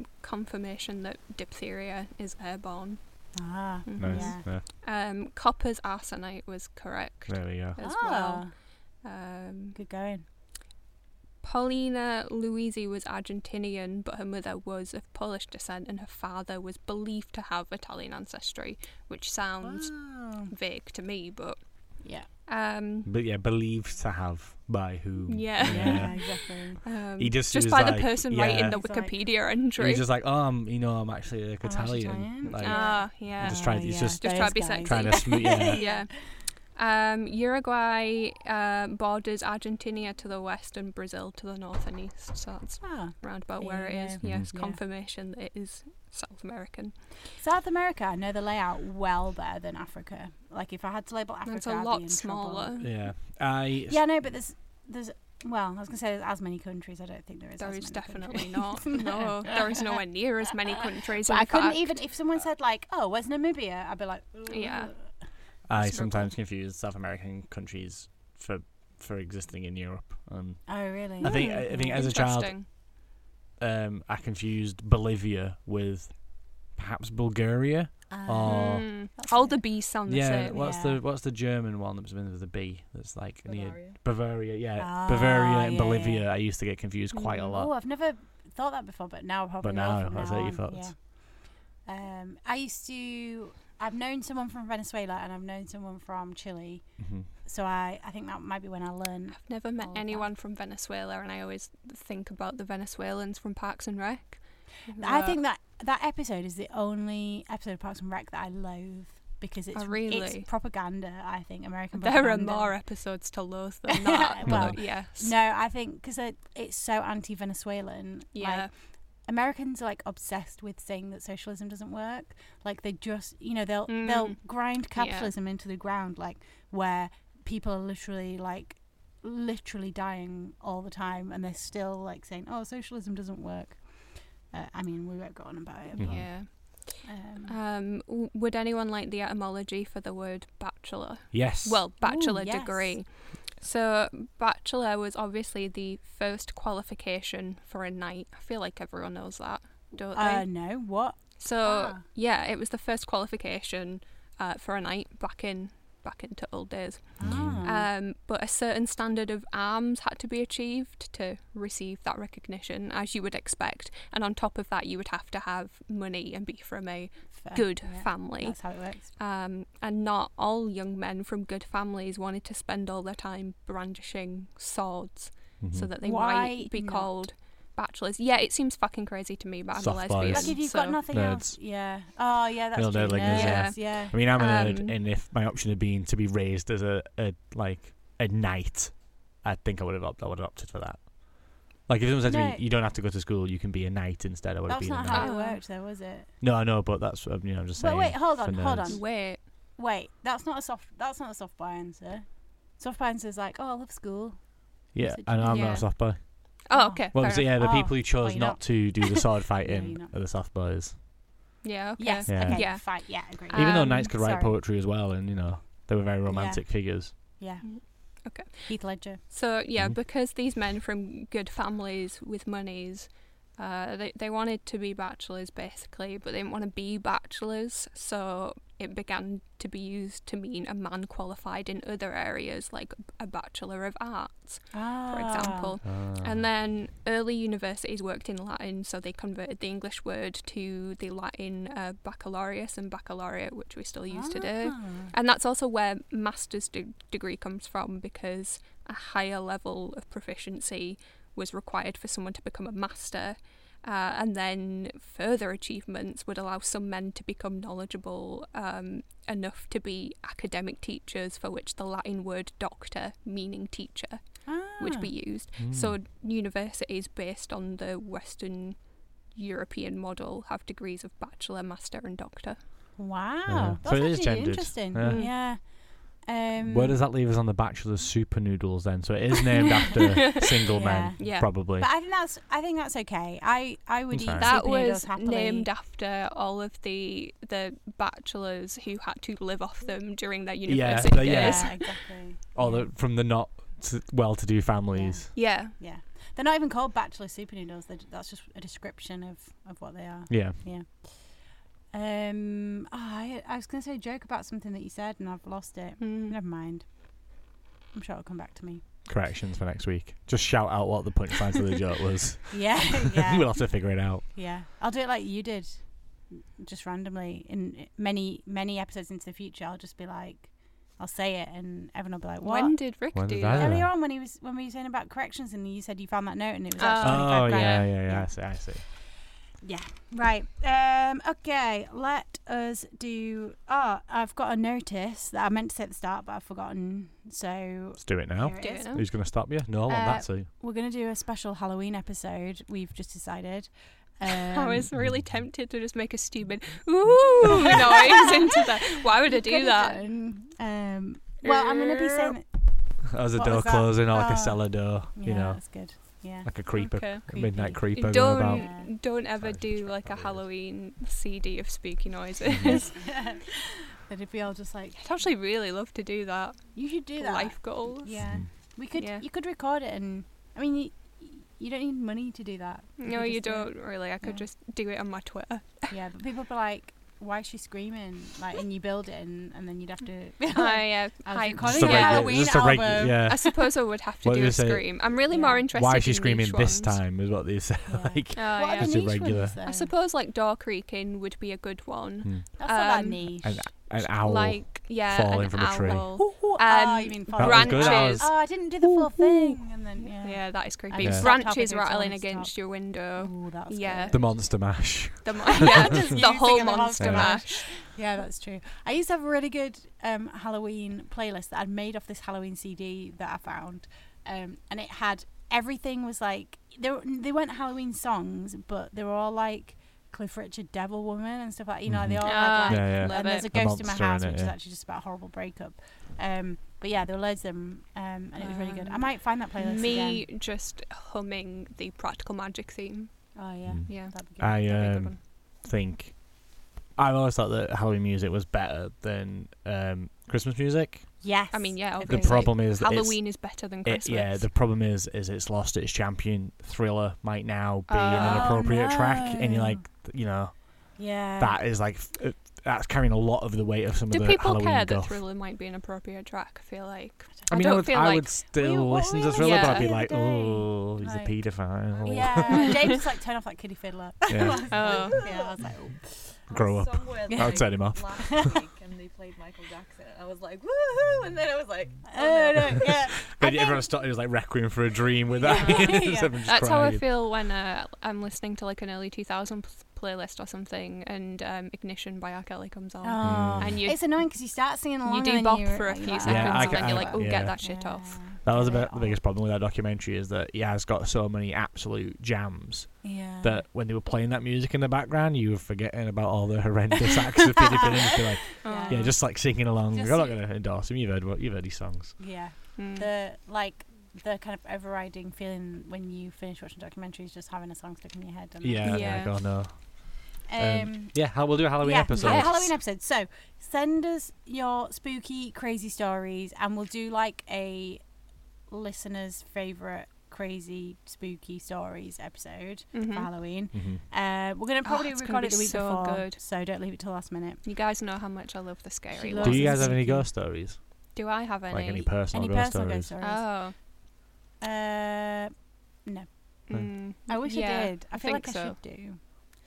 [SPEAKER 4] Um, confirmation that diphtheria is airborne.
[SPEAKER 3] Ah,
[SPEAKER 5] Nice.
[SPEAKER 3] yeah.
[SPEAKER 5] Yeah.
[SPEAKER 4] Um, copper's arsenite was correct
[SPEAKER 5] There we go.
[SPEAKER 4] as well.
[SPEAKER 3] Ah,
[SPEAKER 4] Um,
[SPEAKER 3] Good going.
[SPEAKER 4] Paulina Luisi was Argentinian, but her mother was of Polish descent and her father was believed to have Italian ancestry, which
[SPEAKER 3] Ah.
[SPEAKER 4] sounds vague to me, but
[SPEAKER 3] Yeah.
[SPEAKER 4] um,
[SPEAKER 5] But yeah, believed to have by whom?
[SPEAKER 4] yeah.
[SPEAKER 3] Yeah, exactly.
[SPEAKER 4] Um,
[SPEAKER 5] He just- he was
[SPEAKER 4] by
[SPEAKER 5] like-
[SPEAKER 4] the person
[SPEAKER 5] yeah.
[SPEAKER 4] writing the
[SPEAKER 3] He's like-
[SPEAKER 4] Wikipedia
[SPEAKER 3] <laughs>
[SPEAKER 5] And
[SPEAKER 4] entry.
[SPEAKER 5] he's just like, oh, I'm, you know, I'm actually like
[SPEAKER 3] I'm actually
[SPEAKER 5] Italian.
[SPEAKER 3] Italian. Oh,
[SPEAKER 5] Like,
[SPEAKER 3] Yeah.
[SPEAKER 4] ah, yeah. <laughs>
[SPEAKER 5] Just try- he's just-
[SPEAKER 4] Just try
[SPEAKER 3] those
[SPEAKER 4] to be
[SPEAKER 3] guys. <laughs>
[SPEAKER 4] sexy.
[SPEAKER 5] Trying to smooth. Yeah.
[SPEAKER 4] yeah. Um, Uruguay um, borders Argentina to the west and Brazil to the north and east, so that's
[SPEAKER 3] Ah,
[SPEAKER 4] round about where it is.
[SPEAKER 3] Yeah.
[SPEAKER 4] Yes,
[SPEAKER 5] Mm-hmm.
[SPEAKER 3] Mhm. Yeah.
[SPEAKER 4] confirmation that it is South American.
[SPEAKER 3] South America, I know the layout well better than Africa. Like if I had to label Africa,
[SPEAKER 4] That's a
[SPEAKER 3] I'd be in
[SPEAKER 4] lot
[SPEAKER 3] trouble.
[SPEAKER 4] smaller.
[SPEAKER 5] yeah. I.
[SPEAKER 3] Yeah, no, but there's there's well, I was gonna say there's as many countries. I don't think there is.
[SPEAKER 4] There
[SPEAKER 3] as
[SPEAKER 4] is
[SPEAKER 3] many
[SPEAKER 4] definitely
[SPEAKER 3] <laughs> countries.
[SPEAKER 4] not. <laughs> No, there is nowhere near as many countries.
[SPEAKER 3] But
[SPEAKER 4] in
[SPEAKER 3] I couldn't
[SPEAKER 4] fact.
[SPEAKER 3] even if someone said like, "Oh, where's Namibia?" I'd be like,
[SPEAKER 4] Yeah.
[SPEAKER 3] "Ugh."
[SPEAKER 5] I
[SPEAKER 4] It's real
[SPEAKER 5] sometimes confuse South American countries for for existing in Europe. Um,
[SPEAKER 3] Oh, really?
[SPEAKER 5] I think I,
[SPEAKER 4] Mm.
[SPEAKER 5] I think as a child,
[SPEAKER 4] Interesting.
[SPEAKER 5] um, I confused Bolivia with perhaps Bulgaria or
[SPEAKER 4] Mm.
[SPEAKER 3] That's
[SPEAKER 4] All
[SPEAKER 3] it.
[SPEAKER 4] the bees sound the
[SPEAKER 5] yeah.
[SPEAKER 4] same.
[SPEAKER 5] What's
[SPEAKER 3] Ah, Yeah.
[SPEAKER 5] the what's the German one that was with the B? That's like near
[SPEAKER 6] Bavaria.
[SPEAKER 5] Bavaria. Yeah,
[SPEAKER 3] Ah,
[SPEAKER 5] Bavaria and
[SPEAKER 3] yeah,
[SPEAKER 5] Bolivia.
[SPEAKER 3] yeah.
[SPEAKER 5] I used to get confused quite a lot.
[SPEAKER 3] Oh, I've never thought that before, but now I probably.
[SPEAKER 5] But
[SPEAKER 3] will
[SPEAKER 5] now,
[SPEAKER 3] from
[SPEAKER 5] I
[SPEAKER 3] now
[SPEAKER 5] take your
[SPEAKER 3] on,
[SPEAKER 5] thoughts.
[SPEAKER 3] Yeah. Um, I used to. I've known someone from Venezuela and I've known someone from Chile,
[SPEAKER 5] Mhm.
[SPEAKER 3] so I I think that might be when I learn.
[SPEAKER 4] I've never met
[SPEAKER 3] All of that.
[SPEAKER 4] anyone from Venezuela, and I always think about the Venezuelans from Parks and Rec.
[SPEAKER 3] I
[SPEAKER 4] But
[SPEAKER 3] think that that episode is the only episode of Parks and Rec that I loathe. because it's
[SPEAKER 4] Oh, really?
[SPEAKER 3] it's propaganda. I think American.
[SPEAKER 4] <laughs> There are
[SPEAKER 3] propaganda.
[SPEAKER 4] more episodes to loathe <laughs> than that.
[SPEAKER 3] Well,
[SPEAKER 4] but yes.
[SPEAKER 3] No, I think because it, it's so anti-Venezuelan.
[SPEAKER 4] Yeah.
[SPEAKER 3] Like, Americans are like obsessed with saying that socialism doesn't work. Like they just, you know, they'll they'll
[SPEAKER 4] Mm.
[SPEAKER 3] grind
[SPEAKER 4] Yeah.
[SPEAKER 3] capitalism into the ground, like where people are literally like literally dying all the time, and they're still like saying, "Oh, socialism doesn't work." Uh, I mean, we won't go on about it. but,
[SPEAKER 4] yeah.
[SPEAKER 3] um,
[SPEAKER 5] Mm-hmm.
[SPEAKER 4] Um, w- would anyone like the etymology for the word bachelor?
[SPEAKER 5] Yes.
[SPEAKER 4] Well, bachelor
[SPEAKER 3] yes.
[SPEAKER 4] degree. So, bachelor was obviously the first qualification for a knight. I feel like everyone knows that, don't they?
[SPEAKER 3] uh, no, what?
[SPEAKER 4] So
[SPEAKER 3] Ah.
[SPEAKER 4] yeah, it was the first qualification uh, for a knight back in back into old days.
[SPEAKER 5] Mm.
[SPEAKER 3] Ah.
[SPEAKER 4] Um, but a certain standard of arms had to be achieved to receive that recognition, as you would expect. And on top of that, you would have to have money and be from a
[SPEAKER 3] Fair.
[SPEAKER 4] good
[SPEAKER 3] Uh, Yeah,
[SPEAKER 4] family.
[SPEAKER 3] That's how it works.
[SPEAKER 4] Um, and not all young men from good families wanted to spend all their time brandishing swords,
[SPEAKER 5] Mm-hmm.
[SPEAKER 4] so that they
[SPEAKER 3] Why
[SPEAKER 4] might be
[SPEAKER 3] not?
[SPEAKER 4] called bachelors. Yeah, it seems fucking crazy to me, but I'm
[SPEAKER 5] Soft
[SPEAKER 4] a
[SPEAKER 5] boys.
[SPEAKER 4] lesbian.
[SPEAKER 5] Like,
[SPEAKER 3] Like if you've
[SPEAKER 4] so-
[SPEAKER 3] got nothing else,
[SPEAKER 5] Nerds.
[SPEAKER 3] yeah. Oh yeah, that's
[SPEAKER 5] Real
[SPEAKER 3] true.
[SPEAKER 5] nerdlingers,
[SPEAKER 4] yeah.
[SPEAKER 3] nerds, yeah.
[SPEAKER 5] I mean, I'm a nerd,
[SPEAKER 4] Um,
[SPEAKER 5] and if my option had been to be raised as a, a like a knight, I think I would have opted. I would have opted for that. Like if someone said
[SPEAKER 3] No.
[SPEAKER 5] to me, "You don't have to go to school; you can be a knight instead," I would have
[SPEAKER 3] That's
[SPEAKER 5] been a
[SPEAKER 3] not
[SPEAKER 5] knight.
[SPEAKER 3] how it
[SPEAKER 4] Oh.
[SPEAKER 3] worked, though, was it?
[SPEAKER 5] no, I know, but that's um, you know, I'm just
[SPEAKER 3] Wait,
[SPEAKER 5] saying.
[SPEAKER 3] wait, hold
[SPEAKER 5] for
[SPEAKER 3] on, hold
[SPEAKER 5] nerds.
[SPEAKER 3] on.
[SPEAKER 4] Wait,
[SPEAKER 3] Wait, that's not a soft. That's not a soft buy answer. Soft buy answer is like, oh, I love school.
[SPEAKER 5] Yeah,
[SPEAKER 3] So
[SPEAKER 5] I know I'm not
[SPEAKER 4] yeah.
[SPEAKER 5] a soft boy.
[SPEAKER 4] Oh,
[SPEAKER 3] Oh.
[SPEAKER 4] okay.
[SPEAKER 5] Well,
[SPEAKER 4] fair
[SPEAKER 5] so
[SPEAKER 4] enough.
[SPEAKER 5] yeah, the
[SPEAKER 3] Oh.
[SPEAKER 5] people who
[SPEAKER 3] Oh,
[SPEAKER 5] chose
[SPEAKER 3] you're
[SPEAKER 5] not,
[SPEAKER 3] not. <laughs>
[SPEAKER 5] to do the sword
[SPEAKER 3] you're
[SPEAKER 5] fighting
[SPEAKER 3] not.
[SPEAKER 5] are the soft boys.
[SPEAKER 4] yeah. Okay.
[SPEAKER 3] Yes.
[SPEAKER 5] Yeah.
[SPEAKER 3] Okay.
[SPEAKER 4] Yeah.
[SPEAKER 3] Fight. Yeah. Agree.
[SPEAKER 4] Uh,
[SPEAKER 5] Even though
[SPEAKER 4] Um,
[SPEAKER 5] knights could
[SPEAKER 3] sorry.
[SPEAKER 5] write poetry as well, and you know they were very romantic figures.
[SPEAKER 3] yeah.
[SPEAKER 4] Mm-hmm. Okay.
[SPEAKER 3] Heath Ledger.
[SPEAKER 4] So yeah,
[SPEAKER 5] Mhm.
[SPEAKER 4] because these men from good families with monies, uh, they they wanted to be bachelors basically, but they didn't want to be bachelors. So it began to be used to mean a man qualified in other areas, like a bachelor of arts,
[SPEAKER 3] Ah.
[SPEAKER 4] for example. And
[SPEAKER 5] Ah.
[SPEAKER 4] then early universities worked in Latin, so they converted the English word to the Latin uh, baccalaureus and baccalaureate, which we still use today.
[SPEAKER 3] Ah.
[SPEAKER 4] And that's also where master's de- degree comes from because a higher level of proficiency was required for someone to become a master. Uh, and then further achievements would allow some men to become knowledgeable um, enough to be academic teachers, for which the Latin word doctor, meaning teacher, would
[SPEAKER 3] Ah.
[SPEAKER 4] be used. So
[SPEAKER 5] Hmm.
[SPEAKER 4] universities based on the Western European model have degrees of bachelor, master, and doctor.
[SPEAKER 3] Wow.
[SPEAKER 5] Yeah.
[SPEAKER 3] That's
[SPEAKER 5] So it
[SPEAKER 3] actually
[SPEAKER 5] is gendered.
[SPEAKER 3] interesting. Yeah.
[SPEAKER 4] Yeah.
[SPEAKER 3] Um,
[SPEAKER 5] Where does that leave us on the Bachelor's Super Noodles then? So it is
[SPEAKER 3] <laughs>
[SPEAKER 5] named after single men,
[SPEAKER 4] Yeah. Yeah.
[SPEAKER 5] probably.
[SPEAKER 3] but I think that's. I think that's okay. I. I would
[SPEAKER 5] That's
[SPEAKER 3] eat
[SPEAKER 5] fine.
[SPEAKER 4] that
[SPEAKER 3] soup noodles
[SPEAKER 4] was
[SPEAKER 3] happily.
[SPEAKER 4] named after all of the the bachelors who had to live off them during their university
[SPEAKER 5] they-
[SPEAKER 4] days.
[SPEAKER 5] yes.
[SPEAKER 3] Yeah. Exactly.
[SPEAKER 5] Or
[SPEAKER 3] yeah.
[SPEAKER 5] the, from the not s- well-to-do families.
[SPEAKER 4] Yeah.
[SPEAKER 3] yeah. They're not even called bachelor super noodles. They're, that's just a description of of what they are.
[SPEAKER 5] Yeah.
[SPEAKER 3] Um, oh, I, I was going to say a joke about something that you said and I've lost it.
[SPEAKER 4] Mm.
[SPEAKER 3] Never mind. I'm sure it'll come back to me.
[SPEAKER 5] corrections for next week. Just shout out what the punchline to
[SPEAKER 4] <laughs>
[SPEAKER 5] the joke was. <laughs>
[SPEAKER 3] Yeah, yeah,
[SPEAKER 5] we'll have to figure it out.
[SPEAKER 3] yeah. I'll do it like you did, mm, just randomly in eh, many, many episodes into the future. I'll just be like, I'll say it, and everyone will be like, "What?"
[SPEAKER 4] When did Rick
[SPEAKER 5] When
[SPEAKER 4] do
[SPEAKER 5] did I
[SPEAKER 4] that?
[SPEAKER 5] do
[SPEAKER 3] Earlier on, when he was when we were saying about corrections, and you said you found that note, and it was
[SPEAKER 4] Oh,
[SPEAKER 3] actually
[SPEAKER 5] oh
[SPEAKER 3] 25 grand.
[SPEAKER 5] yeah, yeah,
[SPEAKER 4] grand.
[SPEAKER 5] yeah,
[SPEAKER 3] Yeah.
[SPEAKER 5] I see. I see.
[SPEAKER 3] Yeah. Right. Um, okay. Let us do. Oh, I've got a notice that I meant to say at the start, but I've forgotten. So
[SPEAKER 5] Let's do it now.
[SPEAKER 3] here it
[SPEAKER 4] Do it
[SPEAKER 3] is.
[SPEAKER 4] now.
[SPEAKER 5] Who's going to stop you? No, I want
[SPEAKER 3] Uh,
[SPEAKER 5] that <laughs> too.
[SPEAKER 3] We're gonna do a special Halloween episode. We've just decided. Um,
[SPEAKER 4] <laughs> I was really
[SPEAKER 5] Hmm.
[SPEAKER 4] tempted to just make a stupid <laughs> ooh noise into that. Why would I do
[SPEAKER 3] could've
[SPEAKER 4] that?
[SPEAKER 3] done, Um, well, I'm gonna be saying.
[SPEAKER 5] As a
[SPEAKER 3] what
[SPEAKER 5] door
[SPEAKER 3] was that?
[SPEAKER 5] closing or like
[SPEAKER 3] Oh.
[SPEAKER 5] a cellar door,
[SPEAKER 3] Yeah,
[SPEAKER 5] you know,
[SPEAKER 3] that's good. Yeah.
[SPEAKER 5] like a creeper,
[SPEAKER 4] Okay.
[SPEAKER 5] a midnight creeper.
[SPEAKER 4] You
[SPEAKER 5] going about.
[SPEAKER 4] Don't don't ever
[SPEAKER 5] Sorry,
[SPEAKER 4] do
[SPEAKER 5] sorry,
[SPEAKER 4] like a
[SPEAKER 5] sorry.
[SPEAKER 4] Halloween CD of
[SPEAKER 3] <laughs>
[SPEAKER 4] spooky noises.
[SPEAKER 3] But if we all just like,
[SPEAKER 4] I'd actually really love to do that.
[SPEAKER 3] you should do that.
[SPEAKER 4] Life goals.
[SPEAKER 3] Yeah.
[SPEAKER 5] Mm.
[SPEAKER 3] We could.
[SPEAKER 4] Yeah.
[SPEAKER 3] You could record it, and I mean, you, you don't need money to do that.
[SPEAKER 4] No,
[SPEAKER 3] could
[SPEAKER 4] you
[SPEAKER 3] just do it.
[SPEAKER 4] don't really. I could
[SPEAKER 3] Yeah.
[SPEAKER 4] just do it on my
[SPEAKER 3] <laughs>
[SPEAKER 4] Twitter. <laughs>
[SPEAKER 3] Yeah, but people be like, "Why is she screaming?" Like, and you build it, and, and then you'd have <laughs> to. be like,
[SPEAKER 4] I, uh,
[SPEAKER 3] I was
[SPEAKER 4] I
[SPEAKER 3] recording
[SPEAKER 5] Just a
[SPEAKER 3] Yeah.
[SPEAKER 5] regular, <laughs>
[SPEAKER 3] Halloween
[SPEAKER 5] just a regu-
[SPEAKER 3] album.
[SPEAKER 5] yeah.
[SPEAKER 4] I suppose I would have to
[SPEAKER 5] What
[SPEAKER 4] do
[SPEAKER 5] do
[SPEAKER 4] a
[SPEAKER 5] they say?
[SPEAKER 4] scream. I'm really
[SPEAKER 3] Yeah.
[SPEAKER 4] more interested.
[SPEAKER 5] Why
[SPEAKER 4] in
[SPEAKER 5] is she screaming
[SPEAKER 4] niche ones.
[SPEAKER 5] this time? Is what they <laughs> say.
[SPEAKER 3] Yeah.
[SPEAKER 5] like,
[SPEAKER 3] what
[SPEAKER 4] Oh, yeah.
[SPEAKER 3] are
[SPEAKER 5] Just
[SPEAKER 3] the
[SPEAKER 5] a
[SPEAKER 3] niche
[SPEAKER 5] regular-
[SPEAKER 3] ones, though?
[SPEAKER 4] I suppose like door creaking would be a good one.
[SPEAKER 5] mm,
[SPEAKER 3] that's not that
[SPEAKER 4] um,
[SPEAKER 3] niche.
[SPEAKER 5] an, an owl.
[SPEAKER 4] Like yeah,
[SPEAKER 5] falling
[SPEAKER 4] an
[SPEAKER 5] from a tree.
[SPEAKER 4] owl.
[SPEAKER 3] Ooh, ooh, ah,
[SPEAKER 4] um,
[SPEAKER 3] you mean
[SPEAKER 5] That was good, that was-
[SPEAKER 3] Oh, I didn't do the full thing, and then yeah.
[SPEAKER 4] Yeah, that is creepy.
[SPEAKER 5] Yeah.
[SPEAKER 3] stopped halfway
[SPEAKER 4] Branches
[SPEAKER 3] through, so I
[SPEAKER 4] rattling
[SPEAKER 3] wanted to
[SPEAKER 4] against
[SPEAKER 3] stop.
[SPEAKER 4] your window.
[SPEAKER 3] Ooh, that was
[SPEAKER 4] Yeah.
[SPEAKER 3] good.
[SPEAKER 5] the monster mash.
[SPEAKER 4] <laughs>
[SPEAKER 3] <laughs>
[SPEAKER 4] The, mo- <laughs> yeah,
[SPEAKER 3] Just you
[SPEAKER 4] the whole
[SPEAKER 3] singing the monster
[SPEAKER 4] monster mash.
[SPEAKER 3] Yeah, that's true. I used to have a really good um, Halloween playlist that I'd made off this Halloween CD that I found, um, and it had everything was like there. They weren't Halloween songs, but they were all like Cliff Richard, Devil Woman, and stuff like you know. They all had
[SPEAKER 4] Ah,
[SPEAKER 3] like,
[SPEAKER 5] Yeah, yeah.
[SPEAKER 4] love
[SPEAKER 3] and there's a
[SPEAKER 4] it.
[SPEAKER 5] The
[SPEAKER 3] ghost in my
[SPEAKER 5] monster in
[SPEAKER 3] house,
[SPEAKER 5] it,
[SPEAKER 3] which is
[SPEAKER 5] yeah.
[SPEAKER 3] actually just about a horrible breakup. Um, but yeah, there were loads of them, um, and it was really good. I
[SPEAKER 4] Um,
[SPEAKER 3] might find that playlist
[SPEAKER 4] Me
[SPEAKER 3] again.
[SPEAKER 4] just humming the practical magic theme.
[SPEAKER 3] Oh yeah,
[SPEAKER 5] Mm.
[SPEAKER 4] Yeah.
[SPEAKER 3] that'd be good.
[SPEAKER 5] I
[SPEAKER 4] that'd be a good
[SPEAKER 5] um,
[SPEAKER 4] one.
[SPEAKER 5] think I've always thought that Halloween music was better than um, Christmas music.
[SPEAKER 3] yes.
[SPEAKER 4] I mean, yeah.
[SPEAKER 5] The
[SPEAKER 4] Obviously.
[SPEAKER 5] problem is that it's-
[SPEAKER 4] Halloween is better than
[SPEAKER 5] It,
[SPEAKER 4] Christmas.
[SPEAKER 5] yeah, the problem is, is it's lost its champion. Thriller might now be an
[SPEAKER 4] Oh,
[SPEAKER 5] inappropriate track, and you're
[SPEAKER 3] no.
[SPEAKER 5] like, you know,
[SPEAKER 3] Yeah.
[SPEAKER 5] that is like, f- uh, that's carrying a lot of the weight of some
[SPEAKER 4] Do
[SPEAKER 5] of the
[SPEAKER 4] people
[SPEAKER 5] Halloween
[SPEAKER 4] care
[SPEAKER 5] guff.
[SPEAKER 4] that Thriller might be an appropriate track? I feel like
[SPEAKER 5] I mean, I,
[SPEAKER 4] don't
[SPEAKER 5] would,
[SPEAKER 4] feel
[SPEAKER 5] I
[SPEAKER 4] like-
[SPEAKER 5] would still
[SPEAKER 3] We- what
[SPEAKER 5] listen
[SPEAKER 3] we
[SPEAKER 5] to
[SPEAKER 3] were
[SPEAKER 5] Thriller, but I'd
[SPEAKER 4] listening
[SPEAKER 5] be
[SPEAKER 3] to
[SPEAKER 5] like,
[SPEAKER 3] the other day,
[SPEAKER 5] oh, he's
[SPEAKER 3] like-
[SPEAKER 5] a
[SPEAKER 3] Oh. <laughs>
[SPEAKER 5] paedophile.
[SPEAKER 3] Yeah, James just like turn off that kiddie fiddler.
[SPEAKER 5] <laughs>
[SPEAKER 3] <laughs>
[SPEAKER 5] Yeah.
[SPEAKER 4] Oh.
[SPEAKER 3] yeah, I was like, oh.
[SPEAKER 5] Grow up.
[SPEAKER 6] Somewhere,
[SPEAKER 5] I'd
[SPEAKER 6] like,
[SPEAKER 5] turn him off.
[SPEAKER 6] Last week, and they played Michael Jackson, and I was like, woohoo! And then I was like,
[SPEAKER 3] oh no, <laughs> yeah.
[SPEAKER 5] But everyone started, it was like Requiem for a Dream with that. <laughs>
[SPEAKER 3] Yeah.
[SPEAKER 5] Everyone just
[SPEAKER 4] That's how I
[SPEAKER 5] cried.
[SPEAKER 4] feel when uh, I'm listening to like an early 2000 pl- playlist or something, and um, Ignition by R. Kelly comes on,
[SPEAKER 3] Oh.
[SPEAKER 4] Mm. and you
[SPEAKER 3] It's annoying because you start singing along
[SPEAKER 4] you do
[SPEAKER 3] and
[SPEAKER 4] bop
[SPEAKER 3] you're-
[SPEAKER 4] for a
[SPEAKER 3] you're
[SPEAKER 4] few
[SPEAKER 3] like,
[SPEAKER 4] seconds,
[SPEAKER 5] Yeah, I
[SPEAKER 4] and
[SPEAKER 5] ca-
[SPEAKER 4] then you're
[SPEAKER 5] I-
[SPEAKER 4] like, "Oh,
[SPEAKER 5] yeah.
[SPEAKER 4] get that shit off."
[SPEAKER 5] That was
[SPEAKER 3] Get it
[SPEAKER 5] about the
[SPEAKER 3] off.
[SPEAKER 5] biggest problem with that documentary is that yeah, it's got so many absolute jams
[SPEAKER 3] Yeah.
[SPEAKER 5] that when they were playing that music in the background, you were forgetting about all the horrendous acts of pedophilia. and just be like,
[SPEAKER 3] Yeah.
[SPEAKER 5] yeah, just like singing along.
[SPEAKER 3] Just
[SPEAKER 5] I'm not
[SPEAKER 3] sing-
[SPEAKER 5] going to endorse him. You've heard what you've heard his songs.
[SPEAKER 3] yeah.
[SPEAKER 4] Mm.
[SPEAKER 3] The like the kind of overriding feeling when you finish watching documentaries, just having a song stuck in your head. and-
[SPEAKER 5] Yeah,
[SPEAKER 4] Yeah.
[SPEAKER 5] yeah. God no.
[SPEAKER 3] Um.
[SPEAKER 5] yeah, how- we'll do a Halloween
[SPEAKER 3] yeah,
[SPEAKER 5] episode.
[SPEAKER 3] yeah, Halloween episode. So send us your spooky, crazy stories, and we'll do like a listener's favorite crazy, spooky stories episode
[SPEAKER 4] Mhm.
[SPEAKER 3] for Halloween.
[SPEAKER 5] Mhm.
[SPEAKER 3] Uh, we're gonna
[SPEAKER 4] Oh,
[SPEAKER 3] probably
[SPEAKER 4] it's
[SPEAKER 3] record
[SPEAKER 4] gonna be
[SPEAKER 3] it the week
[SPEAKER 4] so
[SPEAKER 3] before,
[SPEAKER 4] good.
[SPEAKER 3] so don't leave it till last minute.
[SPEAKER 4] You guys know how much I love the scary.
[SPEAKER 3] loves
[SPEAKER 5] Do
[SPEAKER 4] ones.
[SPEAKER 5] you
[SPEAKER 3] Awesome.
[SPEAKER 5] guys have any ghost stories?
[SPEAKER 4] Do I have any?
[SPEAKER 5] Like any personal
[SPEAKER 3] Any
[SPEAKER 5] ghost
[SPEAKER 3] personal ghost
[SPEAKER 5] stories?
[SPEAKER 3] stories?
[SPEAKER 4] oh,
[SPEAKER 3] Uh,
[SPEAKER 5] No.
[SPEAKER 4] mm,
[SPEAKER 3] I wish
[SPEAKER 4] yeah,
[SPEAKER 3] I did. I feel
[SPEAKER 4] think
[SPEAKER 3] like I
[SPEAKER 4] so.
[SPEAKER 3] should do.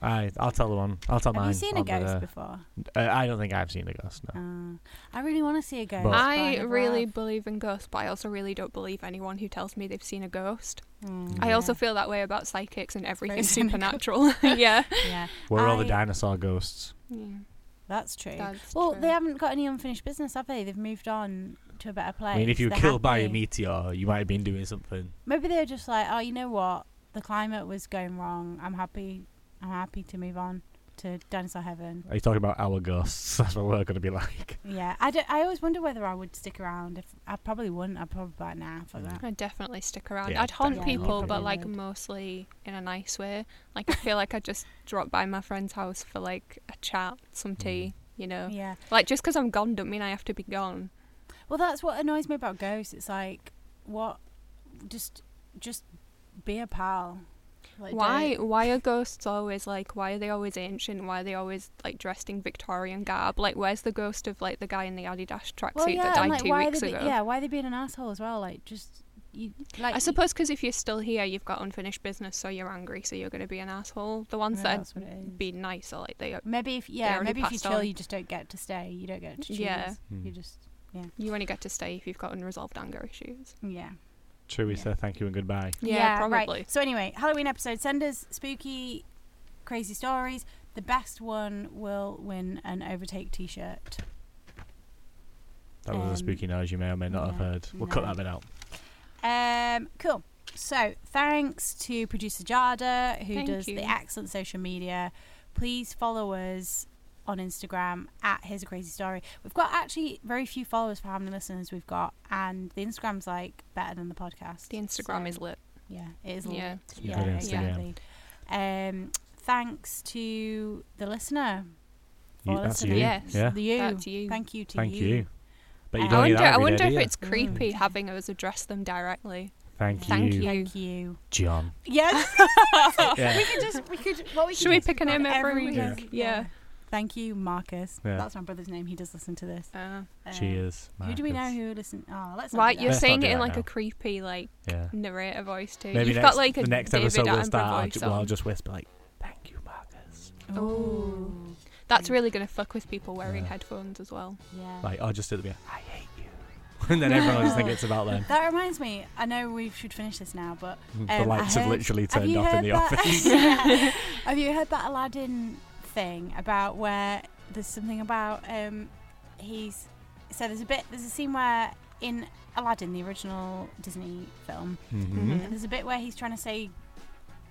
[SPEAKER 5] I I'll tell the one. I'll tell
[SPEAKER 3] Have
[SPEAKER 5] mine.
[SPEAKER 3] you seen a
[SPEAKER 5] over
[SPEAKER 3] ghost
[SPEAKER 5] there.
[SPEAKER 3] before?
[SPEAKER 5] Uh, I don't think I've seen a ghost. No.
[SPEAKER 3] Uh, I really want to see a ghost.
[SPEAKER 5] But-
[SPEAKER 3] but
[SPEAKER 4] I
[SPEAKER 3] never
[SPEAKER 4] really
[SPEAKER 3] have.
[SPEAKER 4] believe in ghosts, but I also really don't believe anyone who tells me they've seen a ghost.
[SPEAKER 3] Mm,
[SPEAKER 4] I also
[SPEAKER 3] yeah.
[SPEAKER 4] feel that way about psychics and everything
[SPEAKER 3] cynical.
[SPEAKER 4] supernatural. <laughs> yeah.
[SPEAKER 3] yeah,
[SPEAKER 5] Where are all the
[SPEAKER 3] I-
[SPEAKER 5] dinosaur ghosts?
[SPEAKER 4] yeah.
[SPEAKER 3] that's true.
[SPEAKER 4] That's
[SPEAKER 3] well,
[SPEAKER 4] true.
[SPEAKER 3] they haven't got any unfinished business, have they? They've moved on to a better place.
[SPEAKER 5] I mean, if you were
[SPEAKER 3] They're
[SPEAKER 5] killed by a
[SPEAKER 3] happy.
[SPEAKER 5] meteor, you might have been doing something.
[SPEAKER 3] maybe they're just like, oh, you know what? The climate was going wrong. I'm happy. I'm happy to move on to dinosaur heaven.
[SPEAKER 5] Are you talking about our ghosts? <laughs> That's what we're going to be like.
[SPEAKER 3] Yeah, I, don't- I always wonder whether I would stick around. If I probably wouldn't. I'd probably buy now for
[SPEAKER 5] Mm.
[SPEAKER 3] that.
[SPEAKER 4] I'd definitely stick around.
[SPEAKER 5] Yeah,
[SPEAKER 4] I'd haunt
[SPEAKER 3] definitely.
[SPEAKER 4] people, but
[SPEAKER 5] Yeah,
[SPEAKER 3] probably
[SPEAKER 4] like
[SPEAKER 3] would.
[SPEAKER 4] mostly in a nice way. Like I feel like I just drop by my friend's house for like a chat, some tea, you know.
[SPEAKER 3] Yeah.
[SPEAKER 4] Like just 'cause I'm gone don't mean I have to be gone.
[SPEAKER 3] Well, that's what annoys me about ghosts. It's like, what? Just, just be a pal. Like,
[SPEAKER 4] why?
[SPEAKER 3] don't-
[SPEAKER 4] Why are ghosts always like? Why are they always ancient? Why are they always like dressed in Victorian garb? Like, where's the ghost of like the guy in the Adidas tracksuit
[SPEAKER 3] Well, yeah.
[SPEAKER 4] that died
[SPEAKER 3] and, like,
[SPEAKER 4] two
[SPEAKER 3] why
[SPEAKER 4] weeks
[SPEAKER 3] are they? be-
[SPEAKER 4] ago?
[SPEAKER 3] yeah. Why are they being an asshole as well? Like, just you. Like,
[SPEAKER 4] I suppose 'cause if you're still here, you've got unfinished business, so you're angry, so you're going to be an asshole. The ones
[SPEAKER 3] Yeah,
[SPEAKER 4] that
[SPEAKER 3] that's what it is.
[SPEAKER 4] would be nice are like they
[SPEAKER 3] Maybe if
[SPEAKER 4] They
[SPEAKER 3] yeah,
[SPEAKER 4] already
[SPEAKER 3] maybe if you
[SPEAKER 4] passed
[SPEAKER 3] chill,
[SPEAKER 4] on.
[SPEAKER 3] you just don't get to stay. You don't get to choose.
[SPEAKER 4] Yeah.
[SPEAKER 3] You
[SPEAKER 5] Hmm.
[SPEAKER 3] just
[SPEAKER 4] you only get to stay if you've got unresolved anger issues.
[SPEAKER 3] yeah.
[SPEAKER 5] True, we
[SPEAKER 3] Yeah.
[SPEAKER 5] say thank you and goodbye.
[SPEAKER 4] Yeah, probably.
[SPEAKER 3] Right. So anyway, Halloween episode. Send us spooky, crazy stories. The best one will win an overtake T-shirt.
[SPEAKER 5] That was
[SPEAKER 3] Um,
[SPEAKER 5] a spooky noise you may or may not have
[SPEAKER 3] no,
[SPEAKER 5] heard. We'll cut
[SPEAKER 3] no.
[SPEAKER 5] that bit out.
[SPEAKER 3] Um, cool. So thanks to producer Jada who
[SPEAKER 4] Thank
[SPEAKER 3] does
[SPEAKER 4] you.
[SPEAKER 3] the excellent social media. Please follow us on Instagram at Here's a Crazy Story. We've got actually very few followers for how many listeners we've got, and the Instagram's like better than the podcast.
[SPEAKER 4] The Instagram
[SPEAKER 3] So,
[SPEAKER 4] is lit.
[SPEAKER 3] yeah, it is.
[SPEAKER 4] Yeah.
[SPEAKER 3] lit.
[SPEAKER 5] It's
[SPEAKER 3] Yeah,
[SPEAKER 5] really
[SPEAKER 3] exactly. Um, thanks to the listener.
[SPEAKER 5] You,
[SPEAKER 3] for
[SPEAKER 5] that's you.
[SPEAKER 3] listening.
[SPEAKER 4] Yes.
[SPEAKER 5] Yeah.
[SPEAKER 3] The you.
[SPEAKER 4] That's you.
[SPEAKER 3] Thank you to
[SPEAKER 5] Thank
[SPEAKER 3] you.
[SPEAKER 5] you. But
[SPEAKER 3] I
[SPEAKER 5] you
[SPEAKER 4] I
[SPEAKER 5] don't
[SPEAKER 4] wonder,
[SPEAKER 5] hear that
[SPEAKER 4] I
[SPEAKER 5] every
[SPEAKER 4] wonder
[SPEAKER 5] day,
[SPEAKER 4] if
[SPEAKER 5] do you?
[SPEAKER 4] it's creepy
[SPEAKER 3] Mm.
[SPEAKER 4] having us address them directly.
[SPEAKER 5] Thank you,
[SPEAKER 4] Thank you.
[SPEAKER 3] Thank you.
[SPEAKER 5] John.
[SPEAKER 3] Yes.
[SPEAKER 4] <laughs>
[SPEAKER 5] Yeah.
[SPEAKER 3] we could just we could what we
[SPEAKER 4] Should
[SPEAKER 3] could
[SPEAKER 4] we
[SPEAKER 3] just
[SPEAKER 4] pick a
[SPEAKER 3] record
[SPEAKER 4] name every
[SPEAKER 5] week?
[SPEAKER 4] Yeah. Yeah.
[SPEAKER 3] Thank you, Marcus.
[SPEAKER 5] Yeah.
[SPEAKER 3] That's my brother's name. He does listen to this.
[SPEAKER 4] Uh,
[SPEAKER 3] Um,
[SPEAKER 5] She is.
[SPEAKER 3] Who do we know
[SPEAKER 5] Marcus.
[SPEAKER 3] who listen? Oh, let's not
[SPEAKER 4] right,
[SPEAKER 3] do
[SPEAKER 4] you're
[SPEAKER 5] Let's
[SPEAKER 4] saying
[SPEAKER 5] not
[SPEAKER 4] it
[SPEAKER 5] do
[SPEAKER 4] in
[SPEAKER 5] that
[SPEAKER 4] like
[SPEAKER 5] now.
[SPEAKER 4] a creepy like
[SPEAKER 5] Yeah.
[SPEAKER 4] narrator voice too.
[SPEAKER 5] Maybe
[SPEAKER 4] You've
[SPEAKER 5] next,
[SPEAKER 4] got like a
[SPEAKER 5] the next
[SPEAKER 4] David
[SPEAKER 5] episode
[SPEAKER 4] Attenborough
[SPEAKER 5] we'll start.
[SPEAKER 4] voice
[SPEAKER 5] Well, I'll
[SPEAKER 4] on.
[SPEAKER 5] just whisper like, "Thank you, Marcus."
[SPEAKER 3] that. Ooh.
[SPEAKER 4] That's really going to fuck with people wearing
[SPEAKER 5] Yeah.
[SPEAKER 4] headphones as well.
[SPEAKER 3] Yeah.
[SPEAKER 5] Like, I'll just do the I hate you, <laughs>
[SPEAKER 4] <laughs>
[SPEAKER 5] and then everyone will just think it's about them.
[SPEAKER 3] That reminds me. I know we should finish this now, but um,
[SPEAKER 5] Mm, the lights
[SPEAKER 3] I
[SPEAKER 5] have
[SPEAKER 3] heard-
[SPEAKER 5] literally
[SPEAKER 3] have
[SPEAKER 5] turned
[SPEAKER 3] you
[SPEAKER 5] off
[SPEAKER 3] <laughs>
[SPEAKER 5] in
[SPEAKER 3] heard
[SPEAKER 5] the <laughs>
[SPEAKER 3] that-
[SPEAKER 5] office.
[SPEAKER 3] Yeah. Have you heard that Aladdin thing about where there's something about um, he's so there's a bit there's a scene where in Aladdin, the original Disney film,
[SPEAKER 5] Mm-hmm.
[SPEAKER 3] there's a bit where he's trying to say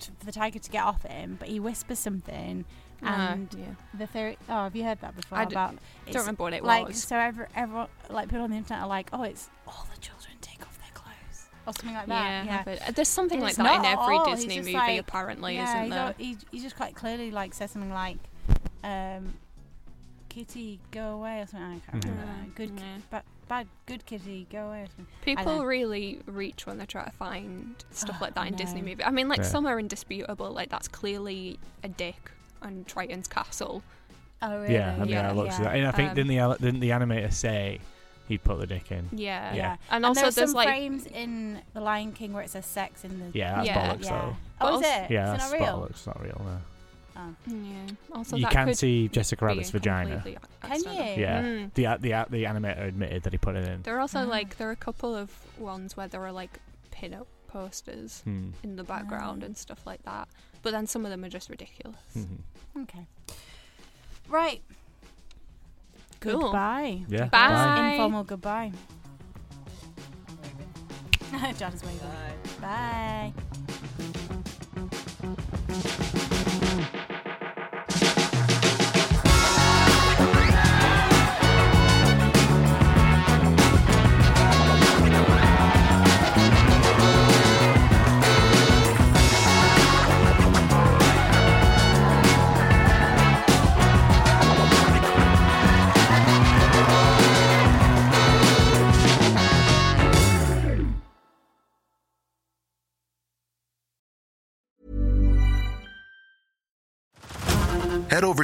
[SPEAKER 3] to, for the tiger to get off him, but he whispers something. And
[SPEAKER 4] Ah, yeah.
[SPEAKER 3] the theory. Oh, have you heard that before?
[SPEAKER 4] I d-
[SPEAKER 3] about
[SPEAKER 4] don't remember what it
[SPEAKER 3] like
[SPEAKER 4] was.
[SPEAKER 3] so every, everyone like people on the internet are like oh it's all the children take off their clothes or something like that
[SPEAKER 4] yeah, but, uh, there's something
[SPEAKER 3] And
[SPEAKER 4] like
[SPEAKER 3] it's
[SPEAKER 4] that in
[SPEAKER 3] not at
[SPEAKER 4] every
[SPEAKER 3] all, he's
[SPEAKER 4] Disney
[SPEAKER 3] just
[SPEAKER 4] movie,
[SPEAKER 3] like-
[SPEAKER 4] apparently,
[SPEAKER 3] Yeah,
[SPEAKER 4] isn't
[SPEAKER 3] he's
[SPEAKER 4] there?
[SPEAKER 3] al- he, he just quite clearly like says something like um kitty go away or something i can't
[SPEAKER 5] Mhm.
[SPEAKER 3] remember that. good ki-
[SPEAKER 4] Yeah.
[SPEAKER 3] ba- bad good kitty go away or something
[SPEAKER 4] People
[SPEAKER 3] know.
[SPEAKER 4] really reach when they try to find stuff
[SPEAKER 3] Oh,
[SPEAKER 4] like that in Disney
[SPEAKER 3] no.
[SPEAKER 4] movies. I mean, like
[SPEAKER 5] Yeah.
[SPEAKER 4] some are indisputable. Like that's clearly a dick on Triton's castle.
[SPEAKER 3] oh really
[SPEAKER 5] Yeah, I mean,
[SPEAKER 4] Yeah,
[SPEAKER 5] I looked at that, and I think
[SPEAKER 4] Um,
[SPEAKER 5] didn't the didn't the animator say he put the
[SPEAKER 4] <laughs>
[SPEAKER 5] dick in?
[SPEAKER 4] Yeah.
[SPEAKER 5] Yeah.
[SPEAKER 4] And
[SPEAKER 3] there
[SPEAKER 4] also,
[SPEAKER 3] are
[SPEAKER 4] there's
[SPEAKER 3] some
[SPEAKER 4] like
[SPEAKER 3] frames in the lion king where it says sex in the
[SPEAKER 5] Yeah, that's
[SPEAKER 4] Yeah.
[SPEAKER 5] bollocks
[SPEAKER 3] yeah.
[SPEAKER 5] though.
[SPEAKER 3] oh is
[SPEAKER 4] But
[SPEAKER 3] it
[SPEAKER 5] Yeah,
[SPEAKER 3] it's
[SPEAKER 5] that's
[SPEAKER 3] not real
[SPEAKER 5] bollocks. It's not real. No.
[SPEAKER 3] oh.
[SPEAKER 4] yeah. Also,
[SPEAKER 5] you
[SPEAKER 4] that
[SPEAKER 5] can
[SPEAKER 4] could
[SPEAKER 5] see
[SPEAKER 4] be
[SPEAKER 5] Jessica Rabbit's vagina.
[SPEAKER 4] completely a-
[SPEAKER 3] can
[SPEAKER 4] accidental.
[SPEAKER 3] you
[SPEAKER 5] Yeah.
[SPEAKER 4] Mm.
[SPEAKER 5] The, a- the a- the animator admitted that he put it in.
[SPEAKER 4] There are also
[SPEAKER 3] Ah.
[SPEAKER 4] like there are a couple of ones where there are like pin-up posters
[SPEAKER 5] Hmm.
[SPEAKER 4] in the background
[SPEAKER 3] Ah.
[SPEAKER 4] and stuff like that. But then some of them are just ridiculous.
[SPEAKER 5] Mhm.
[SPEAKER 3] okay right
[SPEAKER 4] Cool.
[SPEAKER 3] goodbye
[SPEAKER 5] Yeah.
[SPEAKER 4] Bye.
[SPEAKER 3] informal goodbye. <laughs> John is waving. Bye.
[SPEAKER 7] Head over